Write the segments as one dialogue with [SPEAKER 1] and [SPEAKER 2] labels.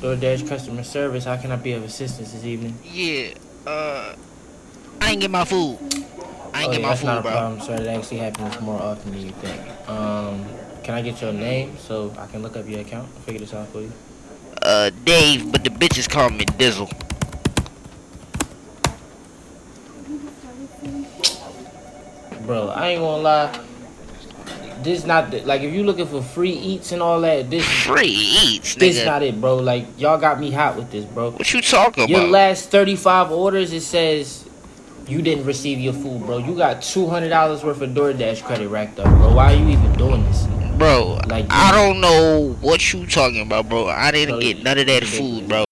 [SPEAKER 1] DoorDash customer service. How can I be of assistance this evening?
[SPEAKER 2] Yeah. Uh, I ain't get my food. I ain't
[SPEAKER 1] Oh,
[SPEAKER 2] get
[SPEAKER 1] yeah,
[SPEAKER 2] my
[SPEAKER 1] that's not
[SPEAKER 2] food,
[SPEAKER 1] a
[SPEAKER 2] bro.
[SPEAKER 1] problem, sir. It actually happens more often than you think. Um, can I get your name so I can look up your account, and figure this out for you?
[SPEAKER 2] Uh, Dave, but the bitches call me Dizzle.
[SPEAKER 1] Bro, I ain't gonna lie. This not the, like if you looking for free eats and all that. This
[SPEAKER 2] Free eats,
[SPEAKER 1] this
[SPEAKER 2] nigga.
[SPEAKER 1] not it, bro. Like y'all got me hot with this, bro.
[SPEAKER 2] What you talking
[SPEAKER 1] Your
[SPEAKER 2] about?
[SPEAKER 1] last thirty five orders, it says you didn't receive your food, bro. You got two hundred dollars worth of DoorDash credit racked up, bro. Why are you even doing this?
[SPEAKER 2] Bro,
[SPEAKER 1] Like,
[SPEAKER 2] I don't know what you talking about, bro. I didn't
[SPEAKER 1] Bro,
[SPEAKER 2] get none of that
[SPEAKER 1] ridiculous.
[SPEAKER 2] food, bro.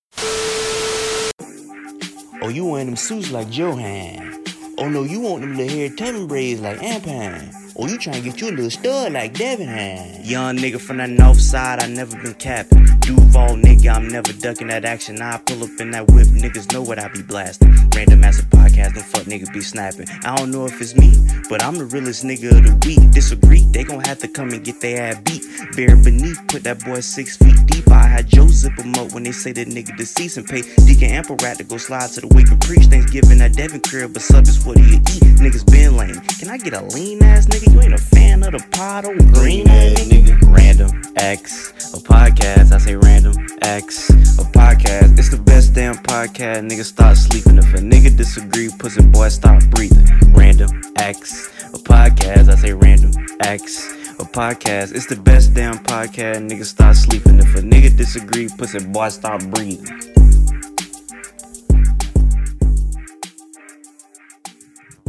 [SPEAKER 3] Oh, you want them suits like Johan. Oh, no, you want them little hair tubbing braids like Ampine. Oh, you trying to get you a little stud like Devinhan.
[SPEAKER 4] Young nigga from the north side, I never been capping. Duval nigga, I'm never ducking that action. I pull up in that whip, niggas know what I be blasting. Random ass a podcast, no fuck nigga be snapping. I don't know if it's me, but I'm the realest nigga of the week. Disagree, they gon' have to come and get their ass beat. Bare beneath, put that boy six feet deep. I had Joe zip him up when they say that nigga deceased and pay Deacon Ample Rat to go slide to the wake and preach. Thanksgiving at Devin crib, but sub is what do you eat? Niggas been lame. Can I get a lean ass nigga? You ain't a fan of the pot, old green ass nigga? Random X, a podcast. I say random X, a podcast. It's the best damn podcast. Nigga, stop sleeping. If a nigga disagree, pussy boy, stop breathing. Random X, a podcast. I say random X, a podcast. It's the best damn podcast. Nigga, stop sleeping. If a nigga disagree, pussy boy, stop breathing.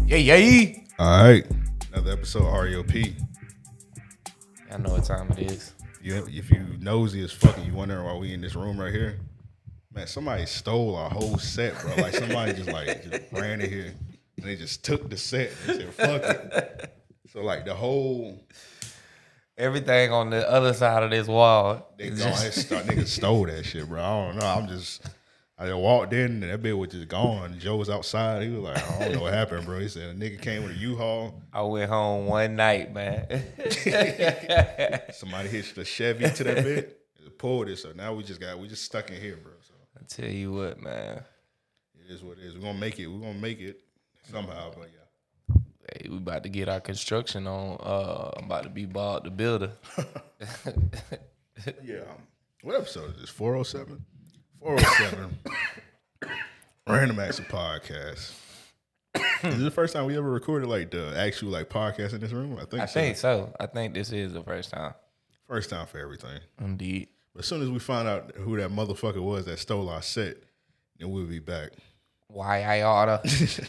[SPEAKER 5] Yeah, yeah.
[SPEAKER 6] All right. Another episode of E REOP.
[SPEAKER 5] I know what time it is.
[SPEAKER 6] You, if you nosy as fucking, you wondering why we in this room right here. Man, somebody stole our whole set, bro. Like somebody just like just ran in here and they just took the set and said, "Fuck it." So like the whole
[SPEAKER 5] Everything on the other side of this wall.
[SPEAKER 6] they
[SPEAKER 5] is
[SPEAKER 6] gone.
[SPEAKER 5] just-
[SPEAKER 6] That st- nigga stole that shit, bro. I don't know. I'm just I just walked in and that bitch was just gone. Joe was outside. He was like, "I don't know what happened, bro." He said a nigga came with a U-Haul.
[SPEAKER 5] I went home one night, man.
[SPEAKER 6] Somebody hitched a Chevy to that bitch. and Pulled it, so now we just got we just stuck in here, bro. So
[SPEAKER 5] I tell you what, man.
[SPEAKER 6] It is what it is. We're gonna make it. We're gonna make it somehow. But yeah,
[SPEAKER 5] Hey, we about to get our construction on. Uh, I'm about to be bought the builder.
[SPEAKER 6] yeah. Um, what episode is this? Four oh seven. Four oh seven. Random Acts of Podcast. is this the first time we ever recorded like the actual like podcast in this room? I think.
[SPEAKER 5] I
[SPEAKER 6] so.
[SPEAKER 5] think so. I think this is the first time.
[SPEAKER 6] First time for everything.
[SPEAKER 5] Indeed.
[SPEAKER 6] But as soon as we find out who that motherfucker was that stole our set, then we'll be back.
[SPEAKER 5] Why I oughta.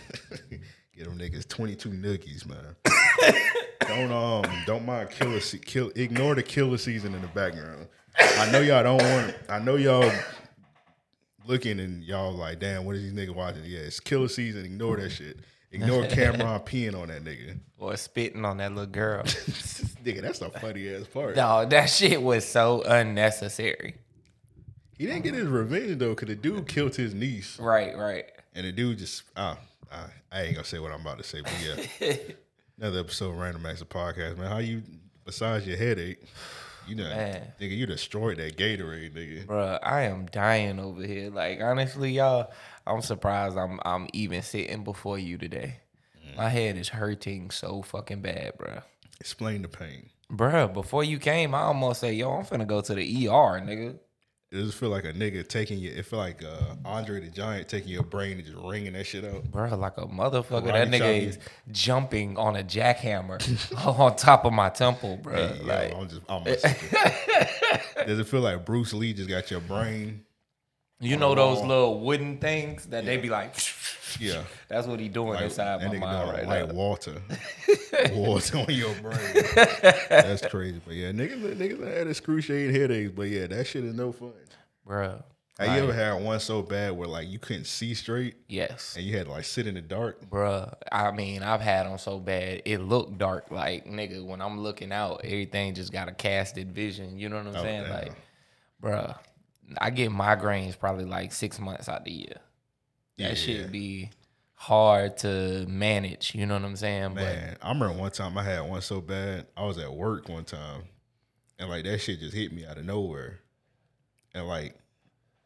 [SPEAKER 6] Get them niggas twenty two noogies, man. don't um don't mind killer se- kill ignore the killer season in the background. I know y'all don't want. I know y'all looking and y'all like, damn, what is these niggas watching? Yeah, it's killer season. Ignore that shit. Ignore Cameron peeing on that nigga.
[SPEAKER 5] or spitting on that little girl.
[SPEAKER 6] nigga, that's a funny ass part.
[SPEAKER 5] no, that shit was so unnecessary.
[SPEAKER 6] He didn't get his revenge though, cause the dude killed his niece.
[SPEAKER 5] Right, right.
[SPEAKER 6] And the dude just ah, I, I ain't gonna say what I'm about to say, but yeah. Another episode of Random Acts of Podcast, man. How you besides your headache, you know
[SPEAKER 5] Man.
[SPEAKER 6] nigga, you destroyed that Gatorade, nigga.
[SPEAKER 5] Bruh, I am dying over here. Like honestly, y'all, I'm surprised I'm I'm even sitting before you today.
[SPEAKER 6] Mm.
[SPEAKER 5] My head is hurting so fucking bad, bruh.
[SPEAKER 6] Explain the pain.
[SPEAKER 5] Bruh, before you came, I almost said, yo, I'm finna go to the ER, nigga.
[SPEAKER 6] It just feel like a nigga taking your it feel like uh Andre the Giant taking your brain and just wringing that shit out.
[SPEAKER 5] Bruh, like a motherfucker.
[SPEAKER 6] Karate
[SPEAKER 5] that nigga
[SPEAKER 6] chop you.
[SPEAKER 5] is jumping on a jackhammer on top of my temple, bruh.
[SPEAKER 6] Hey, yo,
[SPEAKER 5] like
[SPEAKER 6] I'm just I'm messing with you. Does it feel like Bruce Lee just got your brain?
[SPEAKER 5] you know those little wooden things that they be like
[SPEAKER 6] Yeah.
[SPEAKER 5] That's what he doing inside
[SPEAKER 6] that
[SPEAKER 5] my
[SPEAKER 6] nigga
[SPEAKER 5] mind
[SPEAKER 6] doing
[SPEAKER 5] right
[SPEAKER 6] like
[SPEAKER 5] now.
[SPEAKER 6] Walter. Walter on your brain. That's crazy. But yeah, niggas, niggas had excruciating headaches. But yeah, that shit is no fun.
[SPEAKER 5] Bruh.
[SPEAKER 6] Have you ever had one so bad where like you couldn't see straight
[SPEAKER 5] Yes.
[SPEAKER 6] and you had to like sit in the dark?
[SPEAKER 5] Bruh, I mean, I've had them so bad. It looked dark. Like, nigga, when I'm looking out, everything just got a casted vision. You know what I'm
[SPEAKER 6] Oh,
[SPEAKER 5] saying?
[SPEAKER 6] damn.
[SPEAKER 5] Like, bruh, I get migraines probably like six months out the year. That
[SPEAKER 6] Yeah.
[SPEAKER 5] shit be hard to manage. You know what I'm saying?
[SPEAKER 6] Man, I remember one time I had one so bad. I was at work one time, and like that shit just hit me out of nowhere, and like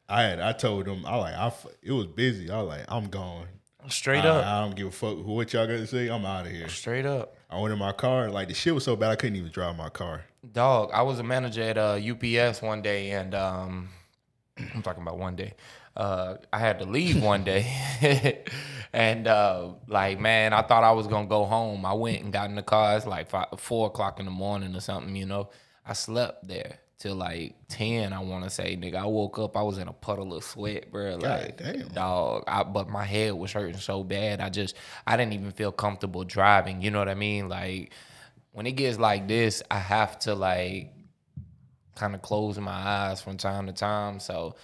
[SPEAKER 6] I had I told them I like I f- it was busy. I was like I'm gone.
[SPEAKER 5] Straight
[SPEAKER 6] I,
[SPEAKER 5] up.
[SPEAKER 6] I don't give a fuck who- what y'all gotta say. I'm out of here.
[SPEAKER 5] Straight up.
[SPEAKER 6] I went in my car. Like the shit was so bad I couldn't even drive my car.
[SPEAKER 5] Dog, I was a manager at uh, UPS one day, and um, I'm talking about one day. Uh, I had to leave one day, and uh, like man, I thought I was gonna go home. I went and got in the car. It's like five, four o'clock in the morning or something, you know. I slept there till like ten. I want to say, nigga, I woke up. I was in a puddle of sweat, bro. Like,
[SPEAKER 6] damn.
[SPEAKER 5] dog. I, but my head was hurting so bad. I just, I didn't even feel comfortable driving. You know what I mean? Like, when it gets like this, I have to like kind of close my eyes from time to time. So,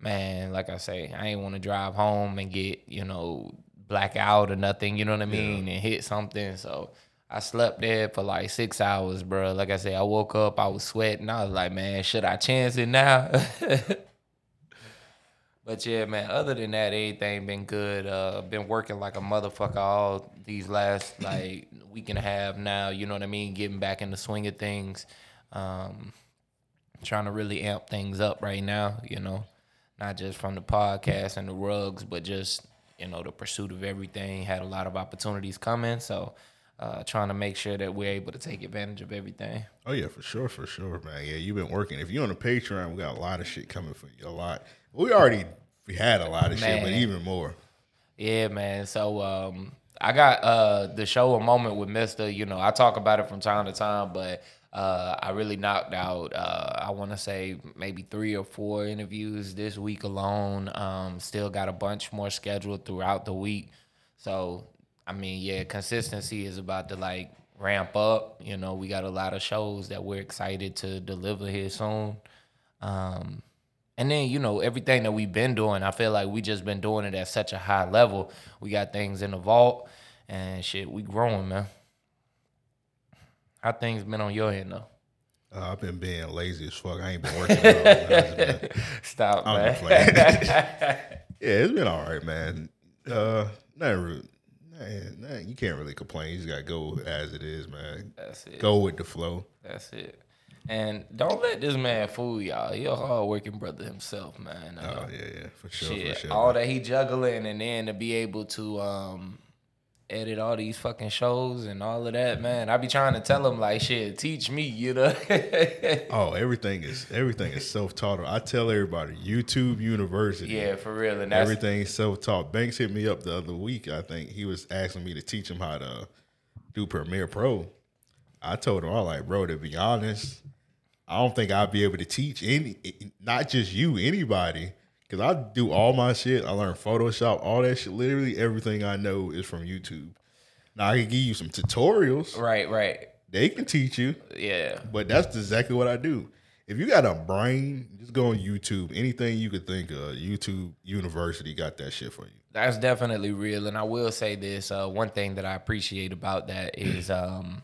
[SPEAKER 5] man, like I say, I ain't want to drive home and get you know black out or nothing. You know what I mean? And hit something. So. I slept there for like six hours, bro. Like I said, I woke up, I was sweating. I was like, man, should I chance it now? But yeah, man. Other than that, everything been good. Uh, been working like a motherfucker all these last like week and a half now. You know what I mean? Getting back in the swing of things. Um, trying to really amp things up right now. You know, not just from the podcast and the rugs, but just you know the pursuit of everything. Had a lot of opportunities coming, so uh, trying to make sure that we're able to take advantage of everything.
[SPEAKER 6] Oh yeah, for sure, for sure, man. Yeah, you've been working. If you're on the Patreon, we got a lot of shit coming for you. A lot. We already we had a lot of shit, but
[SPEAKER 5] Man.
[SPEAKER 6] even more.
[SPEAKER 5] Yeah, man. So um, I got uh, the show a moment with Mister. You know, I talk about it from time to time, but uh, I really knocked out. Uh, I want to say maybe three or four interviews this week alone. Um, still got a bunch more scheduled throughout the week. So I mean, yeah, consistency is about to like ramp up. You know, we got a lot of shows that we're excited to deliver here soon. Um, and then you know everything that we've been doing, I feel like we just been doing it at such a high level. We got things in the vault and shit. We growing, man. How things been on your end though?
[SPEAKER 6] Uh, I've been being lazy as fuck. I ain't been working. at all, man. It's been-
[SPEAKER 5] Stop,
[SPEAKER 6] I'm
[SPEAKER 5] man.
[SPEAKER 6] just playing. yeah, it's been all right, man. Uh, nothing, rude. nothing, nothing- You can't really complain. You just gotta go as it is, man.
[SPEAKER 5] That's it.
[SPEAKER 6] Go with the flow.
[SPEAKER 5] That's it. And don't let this man fool y'all. He a hard working brother himself, man. Uh,
[SPEAKER 6] Oh yeah, yeah, for sure,
[SPEAKER 5] shit,
[SPEAKER 6] for sure.
[SPEAKER 5] all
[SPEAKER 6] man.
[SPEAKER 5] that he juggling, and then to be able to um, edit all these fucking shows and all of that, man. I be trying to tell him like, shit, teach me, you know.
[SPEAKER 6] Oh, everything is everything is self taught. I tell everybody, YouTube University.
[SPEAKER 5] yeah, for real. And that's
[SPEAKER 6] Everything's self taught. Banks hit me up the other week. I think he was asking me to teach him how to do Premiere Pro. I told him, I was like, bro, to be honest, I don't think I'd be able to teach any, not just you, anybody. Cause I do all my shit. I learned Photoshop, all that shit. Literally everything I know is from YouTube. Now I can give you some tutorials.
[SPEAKER 5] right, right.
[SPEAKER 6] They can teach you.
[SPEAKER 5] Yeah.
[SPEAKER 6] But that's exactly what I do. If you got a brain, just go on YouTube. Anything you could think of, YouTube University got that shit for you.
[SPEAKER 5] That's definitely real. And I will say this uh, one thing that I appreciate about that is, um,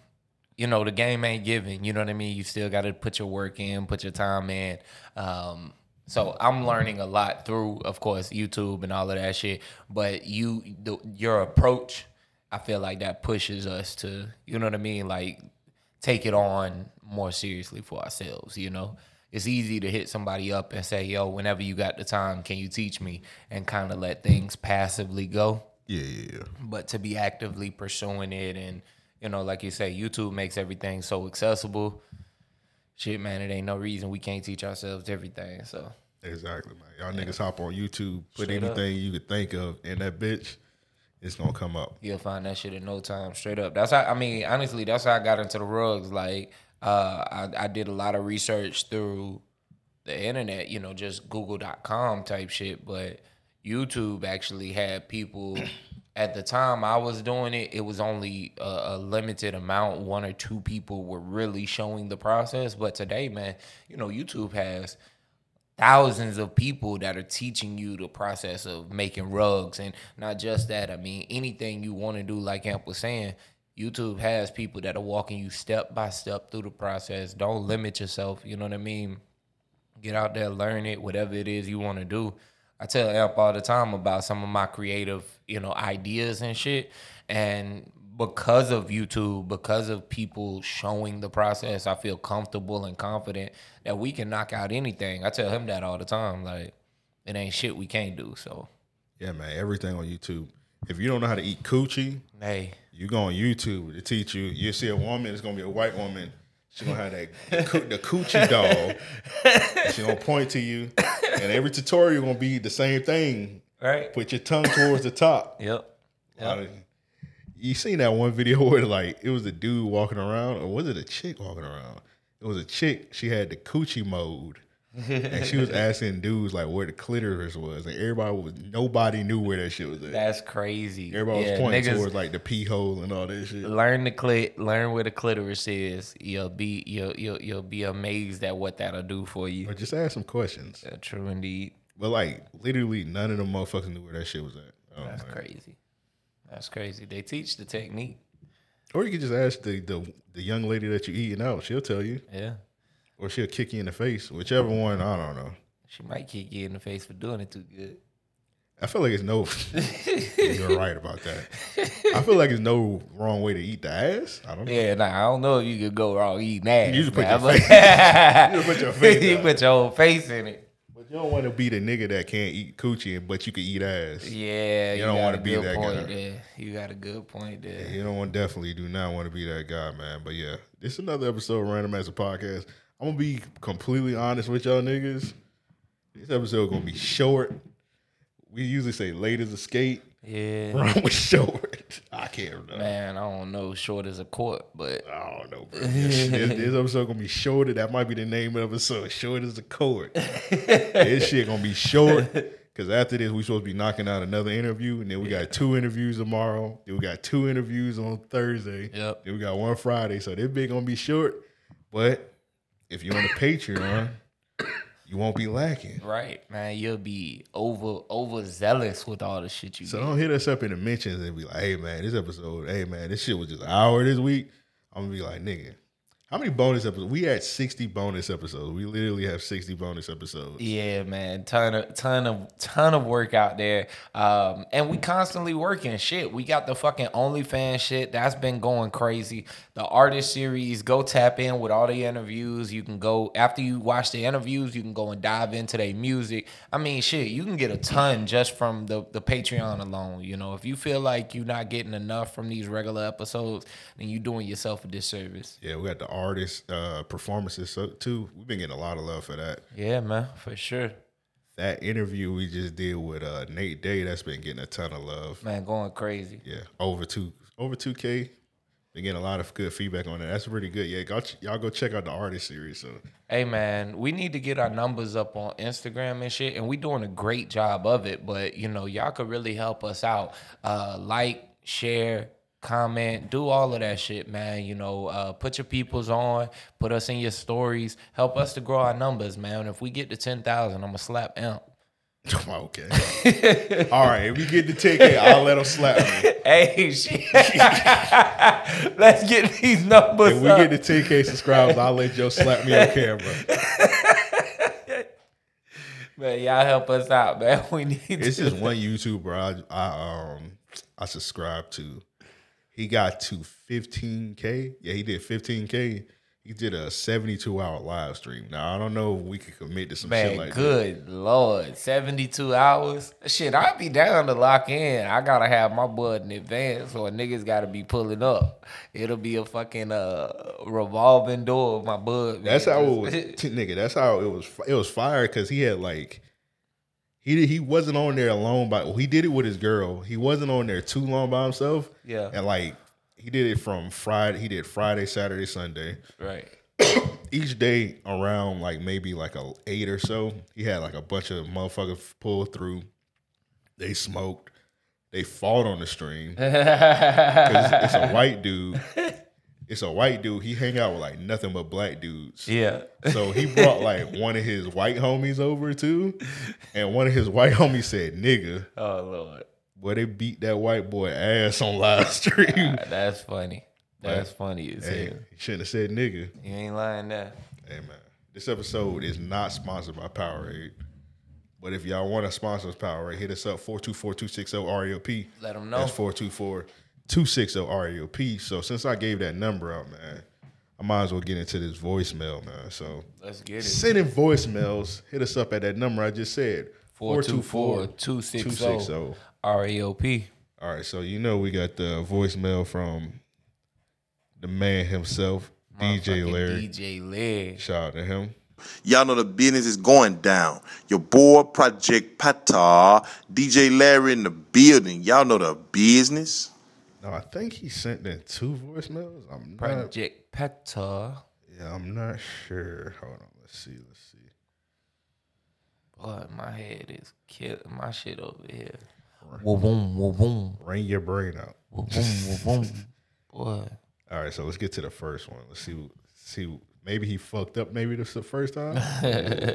[SPEAKER 5] you know, the game ain't giving. You know what I mean? You still got to put your work in, put your time in. Um, so I'm learning a lot through, of course, YouTube and all of that shit. But you, the, your approach, I feel like that pushes us to, you know what I mean? Like, take it on more seriously for ourselves, you know? It's easy to hit somebody up and say, yo, whenever you got the time, can you teach me? And kind of let things passively go.
[SPEAKER 6] Yeah, yeah, yeah.
[SPEAKER 5] But to be actively pursuing it and, you know, like you say, YouTube makes everything so accessible. Shit, man, it ain't no reason we can't teach ourselves everything. So,
[SPEAKER 6] Exactly, man. Y'all niggas hop on YouTube, put anything you could think of in that bitch, it's gonna come up.
[SPEAKER 5] You'll find that shit in no time, straight up. That's how I mean, honestly, that's how I got into the rugs. Like, uh, I, I did a lot of research through the internet, you know, just Google.com type shit. But YouTube actually had people. At the time I was doing it, it was only a, a limited amount. One or two people were really showing the process. But today, man, you know, YouTube has thousands of people that are teaching you the process of making rugs and not just that i mean anything you want to do like amp was saying youtube has people that are walking you step by step through the process don't limit yourself you know what i mean get out there learn it whatever it is you want to do i tell amp all the time about some of my creative you know ideas and shit and because of youtube because of people showing the process i feel comfortable and confident that we can knock out anything i tell him that all the time like it ain't shit we can't do. So
[SPEAKER 6] Yeah, man. Everything on YouTube. If you don't know how to eat coochie,
[SPEAKER 5] hey,
[SPEAKER 6] you go on YouTube to teach you. You see a woman, it's gonna be a white woman. She gonna have that the, coo- the coochie doll. She gonna point to you, and every tutorial gonna be the same thing.
[SPEAKER 5] right?
[SPEAKER 6] Put your tongue towards the top.
[SPEAKER 5] Yep.
[SPEAKER 6] I- You seen that one video where like it was a dude walking around, or was it a chick walking around? It was a chick. She had the coochie mode, and she was asking dudes like where the clitoris was, and everybody was nobody knew where that shit was at.
[SPEAKER 5] That's crazy.
[SPEAKER 6] everybody
[SPEAKER 5] Yeah,
[SPEAKER 6] was pointing
[SPEAKER 5] niggas-
[SPEAKER 6] towards like the pee hole and all that shit.
[SPEAKER 5] learn the clit, learn where the clitoris is. You'll be you'll you'll, you'll be amazed at what that'll do for you.
[SPEAKER 6] But just ask some questions.
[SPEAKER 5] Yeah, true indeed.
[SPEAKER 6] But like literally, none of them motherfuckers knew where that shit was at. Oh, I don't
[SPEAKER 5] That's
[SPEAKER 6] know.
[SPEAKER 5] crazy. That's crazy. They teach the technique.
[SPEAKER 6] Or you could just ask the, the the young lady that you eating out. She'll tell you,
[SPEAKER 5] Yeah.
[SPEAKER 6] or she'll kick you in the face. Whichever one, I don't know.
[SPEAKER 5] She might kick you in the face for doing it too good.
[SPEAKER 6] I feel like it's no. you're right about that. I feel like it's no wrong way to eat the ass. I don't. know.
[SPEAKER 5] Yeah, nah, I don't know if you could go wrong eating ass.
[SPEAKER 6] You just put
[SPEAKER 5] nah,
[SPEAKER 6] your
[SPEAKER 5] but-
[SPEAKER 6] You just put your face
[SPEAKER 5] you
[SPEAKER 6] out.
[SPEAKER 5] put your whole face in it.
[SPEAKER 6] But you don't want to be the nigga that can't eat coochie, but you can eat ass.
[SPEAKER 5] Yeah, you,
[SPEAKER 6] don't
[SPEAKER 5] got
[SPEAKER 6] wanna
[SPEAKER 5] a
[SPEAKER 6] be
[SPEAKER 5] good
[SPEAKER 6] that
[SPEAKER 5] point
[SPEAKER 6] guy.
[SPEAKER 5] there. You got a good point there.
[SPEAKER 6] You don't want definitely do not want to be that guy, man. But yeah, this is another episode of Random As a Podcast. I'm gonna be completely honest with y'all niggas. This episode gonna be short. We usually say late as a skate.
[SPEAKER 5] Yeah.
[SPEAKER 6] Run with short. I can't know.
[SPEAKER 5] Man, I don't know. Short as a court, but
[SPEAKER 6] I don't know, bro. This, this- this episode gonna be shorter. That might be the name of the episode. Short as a cord. this shit gonna be short. Cause after this, we supposed to be knocking out another interview, and then we got two interviews tomorrow. Then we got two interviews on Thursday.
[SPEAKER 5] Yep.
[SPEAKER 6] Then we got one Friday. So this bit gonna be short. But if you're on the Patreon, you won't be lacking.
[SPEAKER 5] right, man, you'll be over overzealous with all the shit you
[SPEAKER 6] So
[SPEAKER 5] do.
[SPEAKER 6] don't hit us up in the mentions and be like, hey man, this episode, hey man, this shit was just an hour this week. I'm gonna be like, nigga, how many bonus episodes? We had 60 bonus episodes. We literally have 60 bonus episodes.
[SPEAKER 5] Yeah, man, ton of ton of ton of work out there, um, and we constantly working. Shit, we got the fucking OnlyFans shit that's been going crazy. The artist series, go tap in with all the interviews. You can go after you watch the interviews, you can go and dive into their music. I mean, shit, you can get a ton just from the the Patreon alone. You know, if you feel like you're not getting enough from these regular episodes, then you're doing yourself a disservice.
[SPEAKER 6] Yeah, we got the artist uh, performances so, too. We've been getting a lot of love for that.
[SPEAKER 5] Yeah, man, for sure.
[SPEAKER 6] That interview we just did with uh, Nate Day, that's been getting a ton of love.
[SPEAKER 5] Man, going crazy.
[SPEAKER 6] Yeah, over two over two K. Been getting a lot of good feedback on that. That's pretty good. Yeah, y'all, ch- y'all go check out the artist series. So
[SPEAKER 5] Hey man, we need to get our numbers up on Instagram and shit, and we doing a great job of it. But you know, y'all could really help us out. Uh, like, share, comment, do all of that shit, man. You know, uh, put your peoples on, put us in your stories, help us to grow our numbers, man. If we get to ten thousand, I'm gonna slap Imp.
[SPEAKER 6] okay. All right, if we get the ticket, I'll let them slap me.
[SPEAKER 5] Hey, shit. let's get these numbers
[SPEAKER 6] If we
[SPEAKER 5] up.
[SPEAKER 6] get the 10K subscribers, I'll let Joe slap me on camera.
[SPEAKER 5] man, y'all help us out, man. We need
[SPEAKER 6] It's
[SPEAKER 5] to.
[SPEAKER 6] just one YouTuber I, I um I subscribe to. He got to 15K. Yeah, he did 15K. He did a 72 hour live stream. Now I don't know if we could commit to some
[SPEAKER 5] Man,
[SPEAKER 6] shit like that.
[SPEAKER 5] good lord, seventy-two hours. Shit, I'd be down to lock in. I gotta have my blood in advance, or niggas gotta be pulling up. It'll be a fucking uh revolving door of my blood.
[SPEAKER 6] That's
[SPEAKER 5] man.
[SPEAKER 6] how it was, t- nigga. That's how it was. It was fire because he had like, he did, he wasn't on there alone. By well, he did it with his girl. He wasn't on there too long by himself.
[SPEAKER 5] Yeah.
[SPEAKER 6] and like he did it from Friday. He did Friday, Saturday, Sunday.
[SPEAKER 5] right.
[SPEAKER 6] Each day around like maybe like a eight or so, he had like a bunch of motherfuckers pull through. They smoked. They fought on the stream. 'Cause it's, it's a white dude. It's a white dude. He hang out with like nothing but black dudes.
[SPEAKER 5] Yeah.
[SPEAKER 6] So he brought like one of his white homies over too, and one of his white homies said "nigga,"
[SPEAKER 5] Oh lord,
[SPEAKER 6] boy they beat that white boy ass on live stream.
[SPEAKER 5] that's funny. That's funny as
[SPEAKER 6] Hey,
[SPEAKER 5] hell.
[SPEAKER 6] he shouldn't have said "nigga."
[SPEAKER 5] You ain't lying there.
[SPEAKER 6] Hey man, this episode is not sponsored by Powerade, but if y'all want to sponsor us, Powerade, hit us up four two four two six oh, zero REOP.
[SPEAKER 5] Let 'em know.
[SPEAKER 6] That's four two four two six oh, zero REOP. So since I gave that number out, man, I might as well get into this voicemail, man. So
[SPEAKER 5] Let's get it.
[SPEAKER 6] Send in voicemails. Hit us up at that number I just said
[SPEAKER 5] 424-260
[SPEAKER 6] 260.
[SPEAKER 5] REOP.
[SPEAKER 6] All right, so you know we got the voicemail from the man himself, DJ
[SPEAKER 5] Fucking
[SPEAKER 6] Larry.
[SPEAKER 5] DJ Larry.
[SPEAKER 6] Shout out to him.
[SPEAKER 7] Y'all know the business is going down. Your boy Project Pata, DJ Larry in the building. Y'all know the business.
[SPEAKER 6] No, I think he sent in two voicemails. I'm not.
[SPEAKER 5] Project Petta.
[SPEAKER 6] Yeah, I'm not sure. Hold on, let's see. Let's see.
[SPEAKER 5] Boy, my head is killing my shit over here. Wa-boom, wa-boom,
[SPEAKER 6] Ring your brain out.
[SPEAKER 5] wa-boom, wa-boom. Boy.
[SPEAKER 6] All right, so let's get to the first one. Let's see. See, maybe he fucked up. Maybe this is the first time.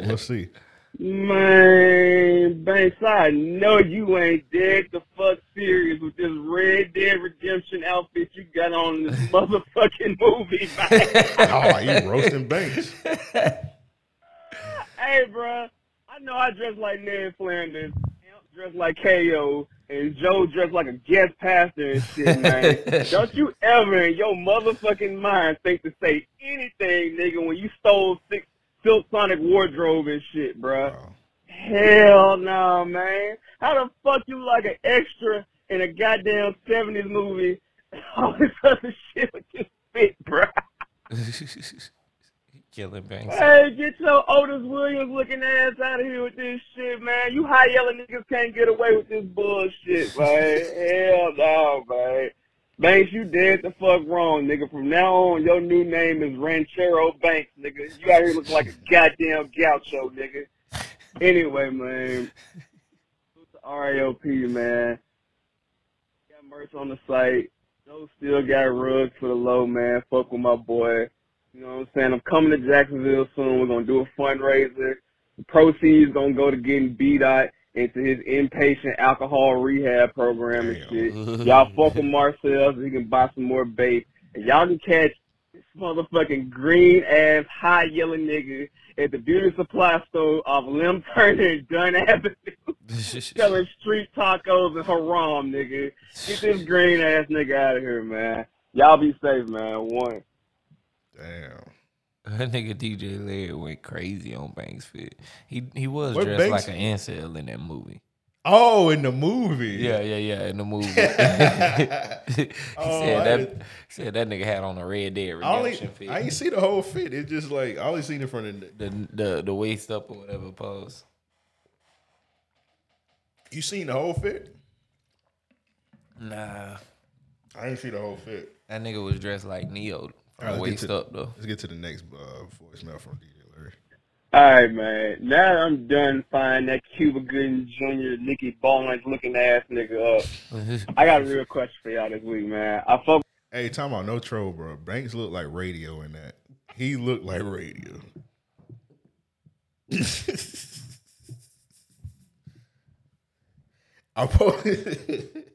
[SPEAKER 6] we'll see.
[SPEAKER 8] Man, Banks, I know you ain't dead the fuck serious with this Red Dead Redemption outfit you got on in this motherfucking movie, man.
[SPEAKER 6] Oh, he roasting Banks.
[SPEAKER 8] hey, bruh, I know I dress like Ned Flanders, Amp dressed like KO, and Joe dressed like a guest pastor and shit, man. Don't you ever in your motherfucking mind think to say anything, nigga, when you stole six Silk Sonic wardrobe and shit, bruh.
[SPEAKER 6] Wow.
[SPEAKER 8] Hell no, man. How the fuck you like an extra in a goddamn seventies movie? All this other shit with this fit, bro.
[SPEAKER 5] Killing Banks.
[SPEAKER 8] Hey, get your Otis Williams looking ass out of here with this shit, man. You high yelling niggas can't get away with this bullshit, man. Hell no, man. Banks, you dead the fuck wrong, nigga. From now on, your new name is Ranchero Banks, nigga. You out here looking like a goddamn gaucho, nigga. Anyway, man. RAOP, man. Got merch on the site. Joe still got rugs for the low, man. Fuck with my boy. You know what I'm saying? I'm coming to Jacksonville soon. We're gonna do a fundraiser. The proceeds gonna go to getting B dot into his inpatient alcohol rehab program and shit. Y'all fuck with Marcel so he can buy some more bait. And y'all can catch this motherfucking green ass high yelling nigga at the beauty supply store off Lim Turner and Dunn Avenue selling street tacos and haram, nigga. Get this green ass nigga out of here, man. Y'all be safe, man. One.
[SPEAKER 6] Damn.
[SPEAKER 5] That nigga DJ Larry went crazy on Banks fit. He he was
[SPEAKER 6] What
[SPEAKER 5] dressed
[SPEAKER 6] Banks-
[SPEAKER 5] like an incel in that movie.
[SPEAKER 6] Oh, in the movie.
[SPEAKER 5] Yeah, yeah, yeah, in the movie. he said
[SPEAKER 6] Oh, I
[SPEAKER 5] that
[SPEAKER 6] didn't-
[SPEAKER 5] he said that nigga had on a red dead
[SPEAKER 6] I only.
[SPEAKER 5] redemption fit.
[SPEAKER 6] I ain't see the whole fit. It's just like I only seen it from the.
[SPEAKER 5] the, the the waist up or whatever pose.
[SPEAKER 6] You seen the whole fit?
[SPEAKER 5] Nah.
[SPEAKER 6] I ain't see the whole fit.
[SPEAKER 5] That nigga was dressed like Neo from
[SPEAKER 6] All right, let's get
[SPEAKER 5] waist
[SPEAKER 6] to-
[SPEAKER 5] up though.
[SPEAKER 6] Let's get to the next uh, voicemail from DJ Larry.
[SPEAKER 8] Alright, man. Now that I'm done finding that Cuba Gooding Jr. Nicky Bowling looking ass nigga up. I got a real question for y'all this week, man. I fuck
[SPEAKER 6] Hey, talking about no troll, bro. Banks looked like radio in that. He looked like radio. I posted.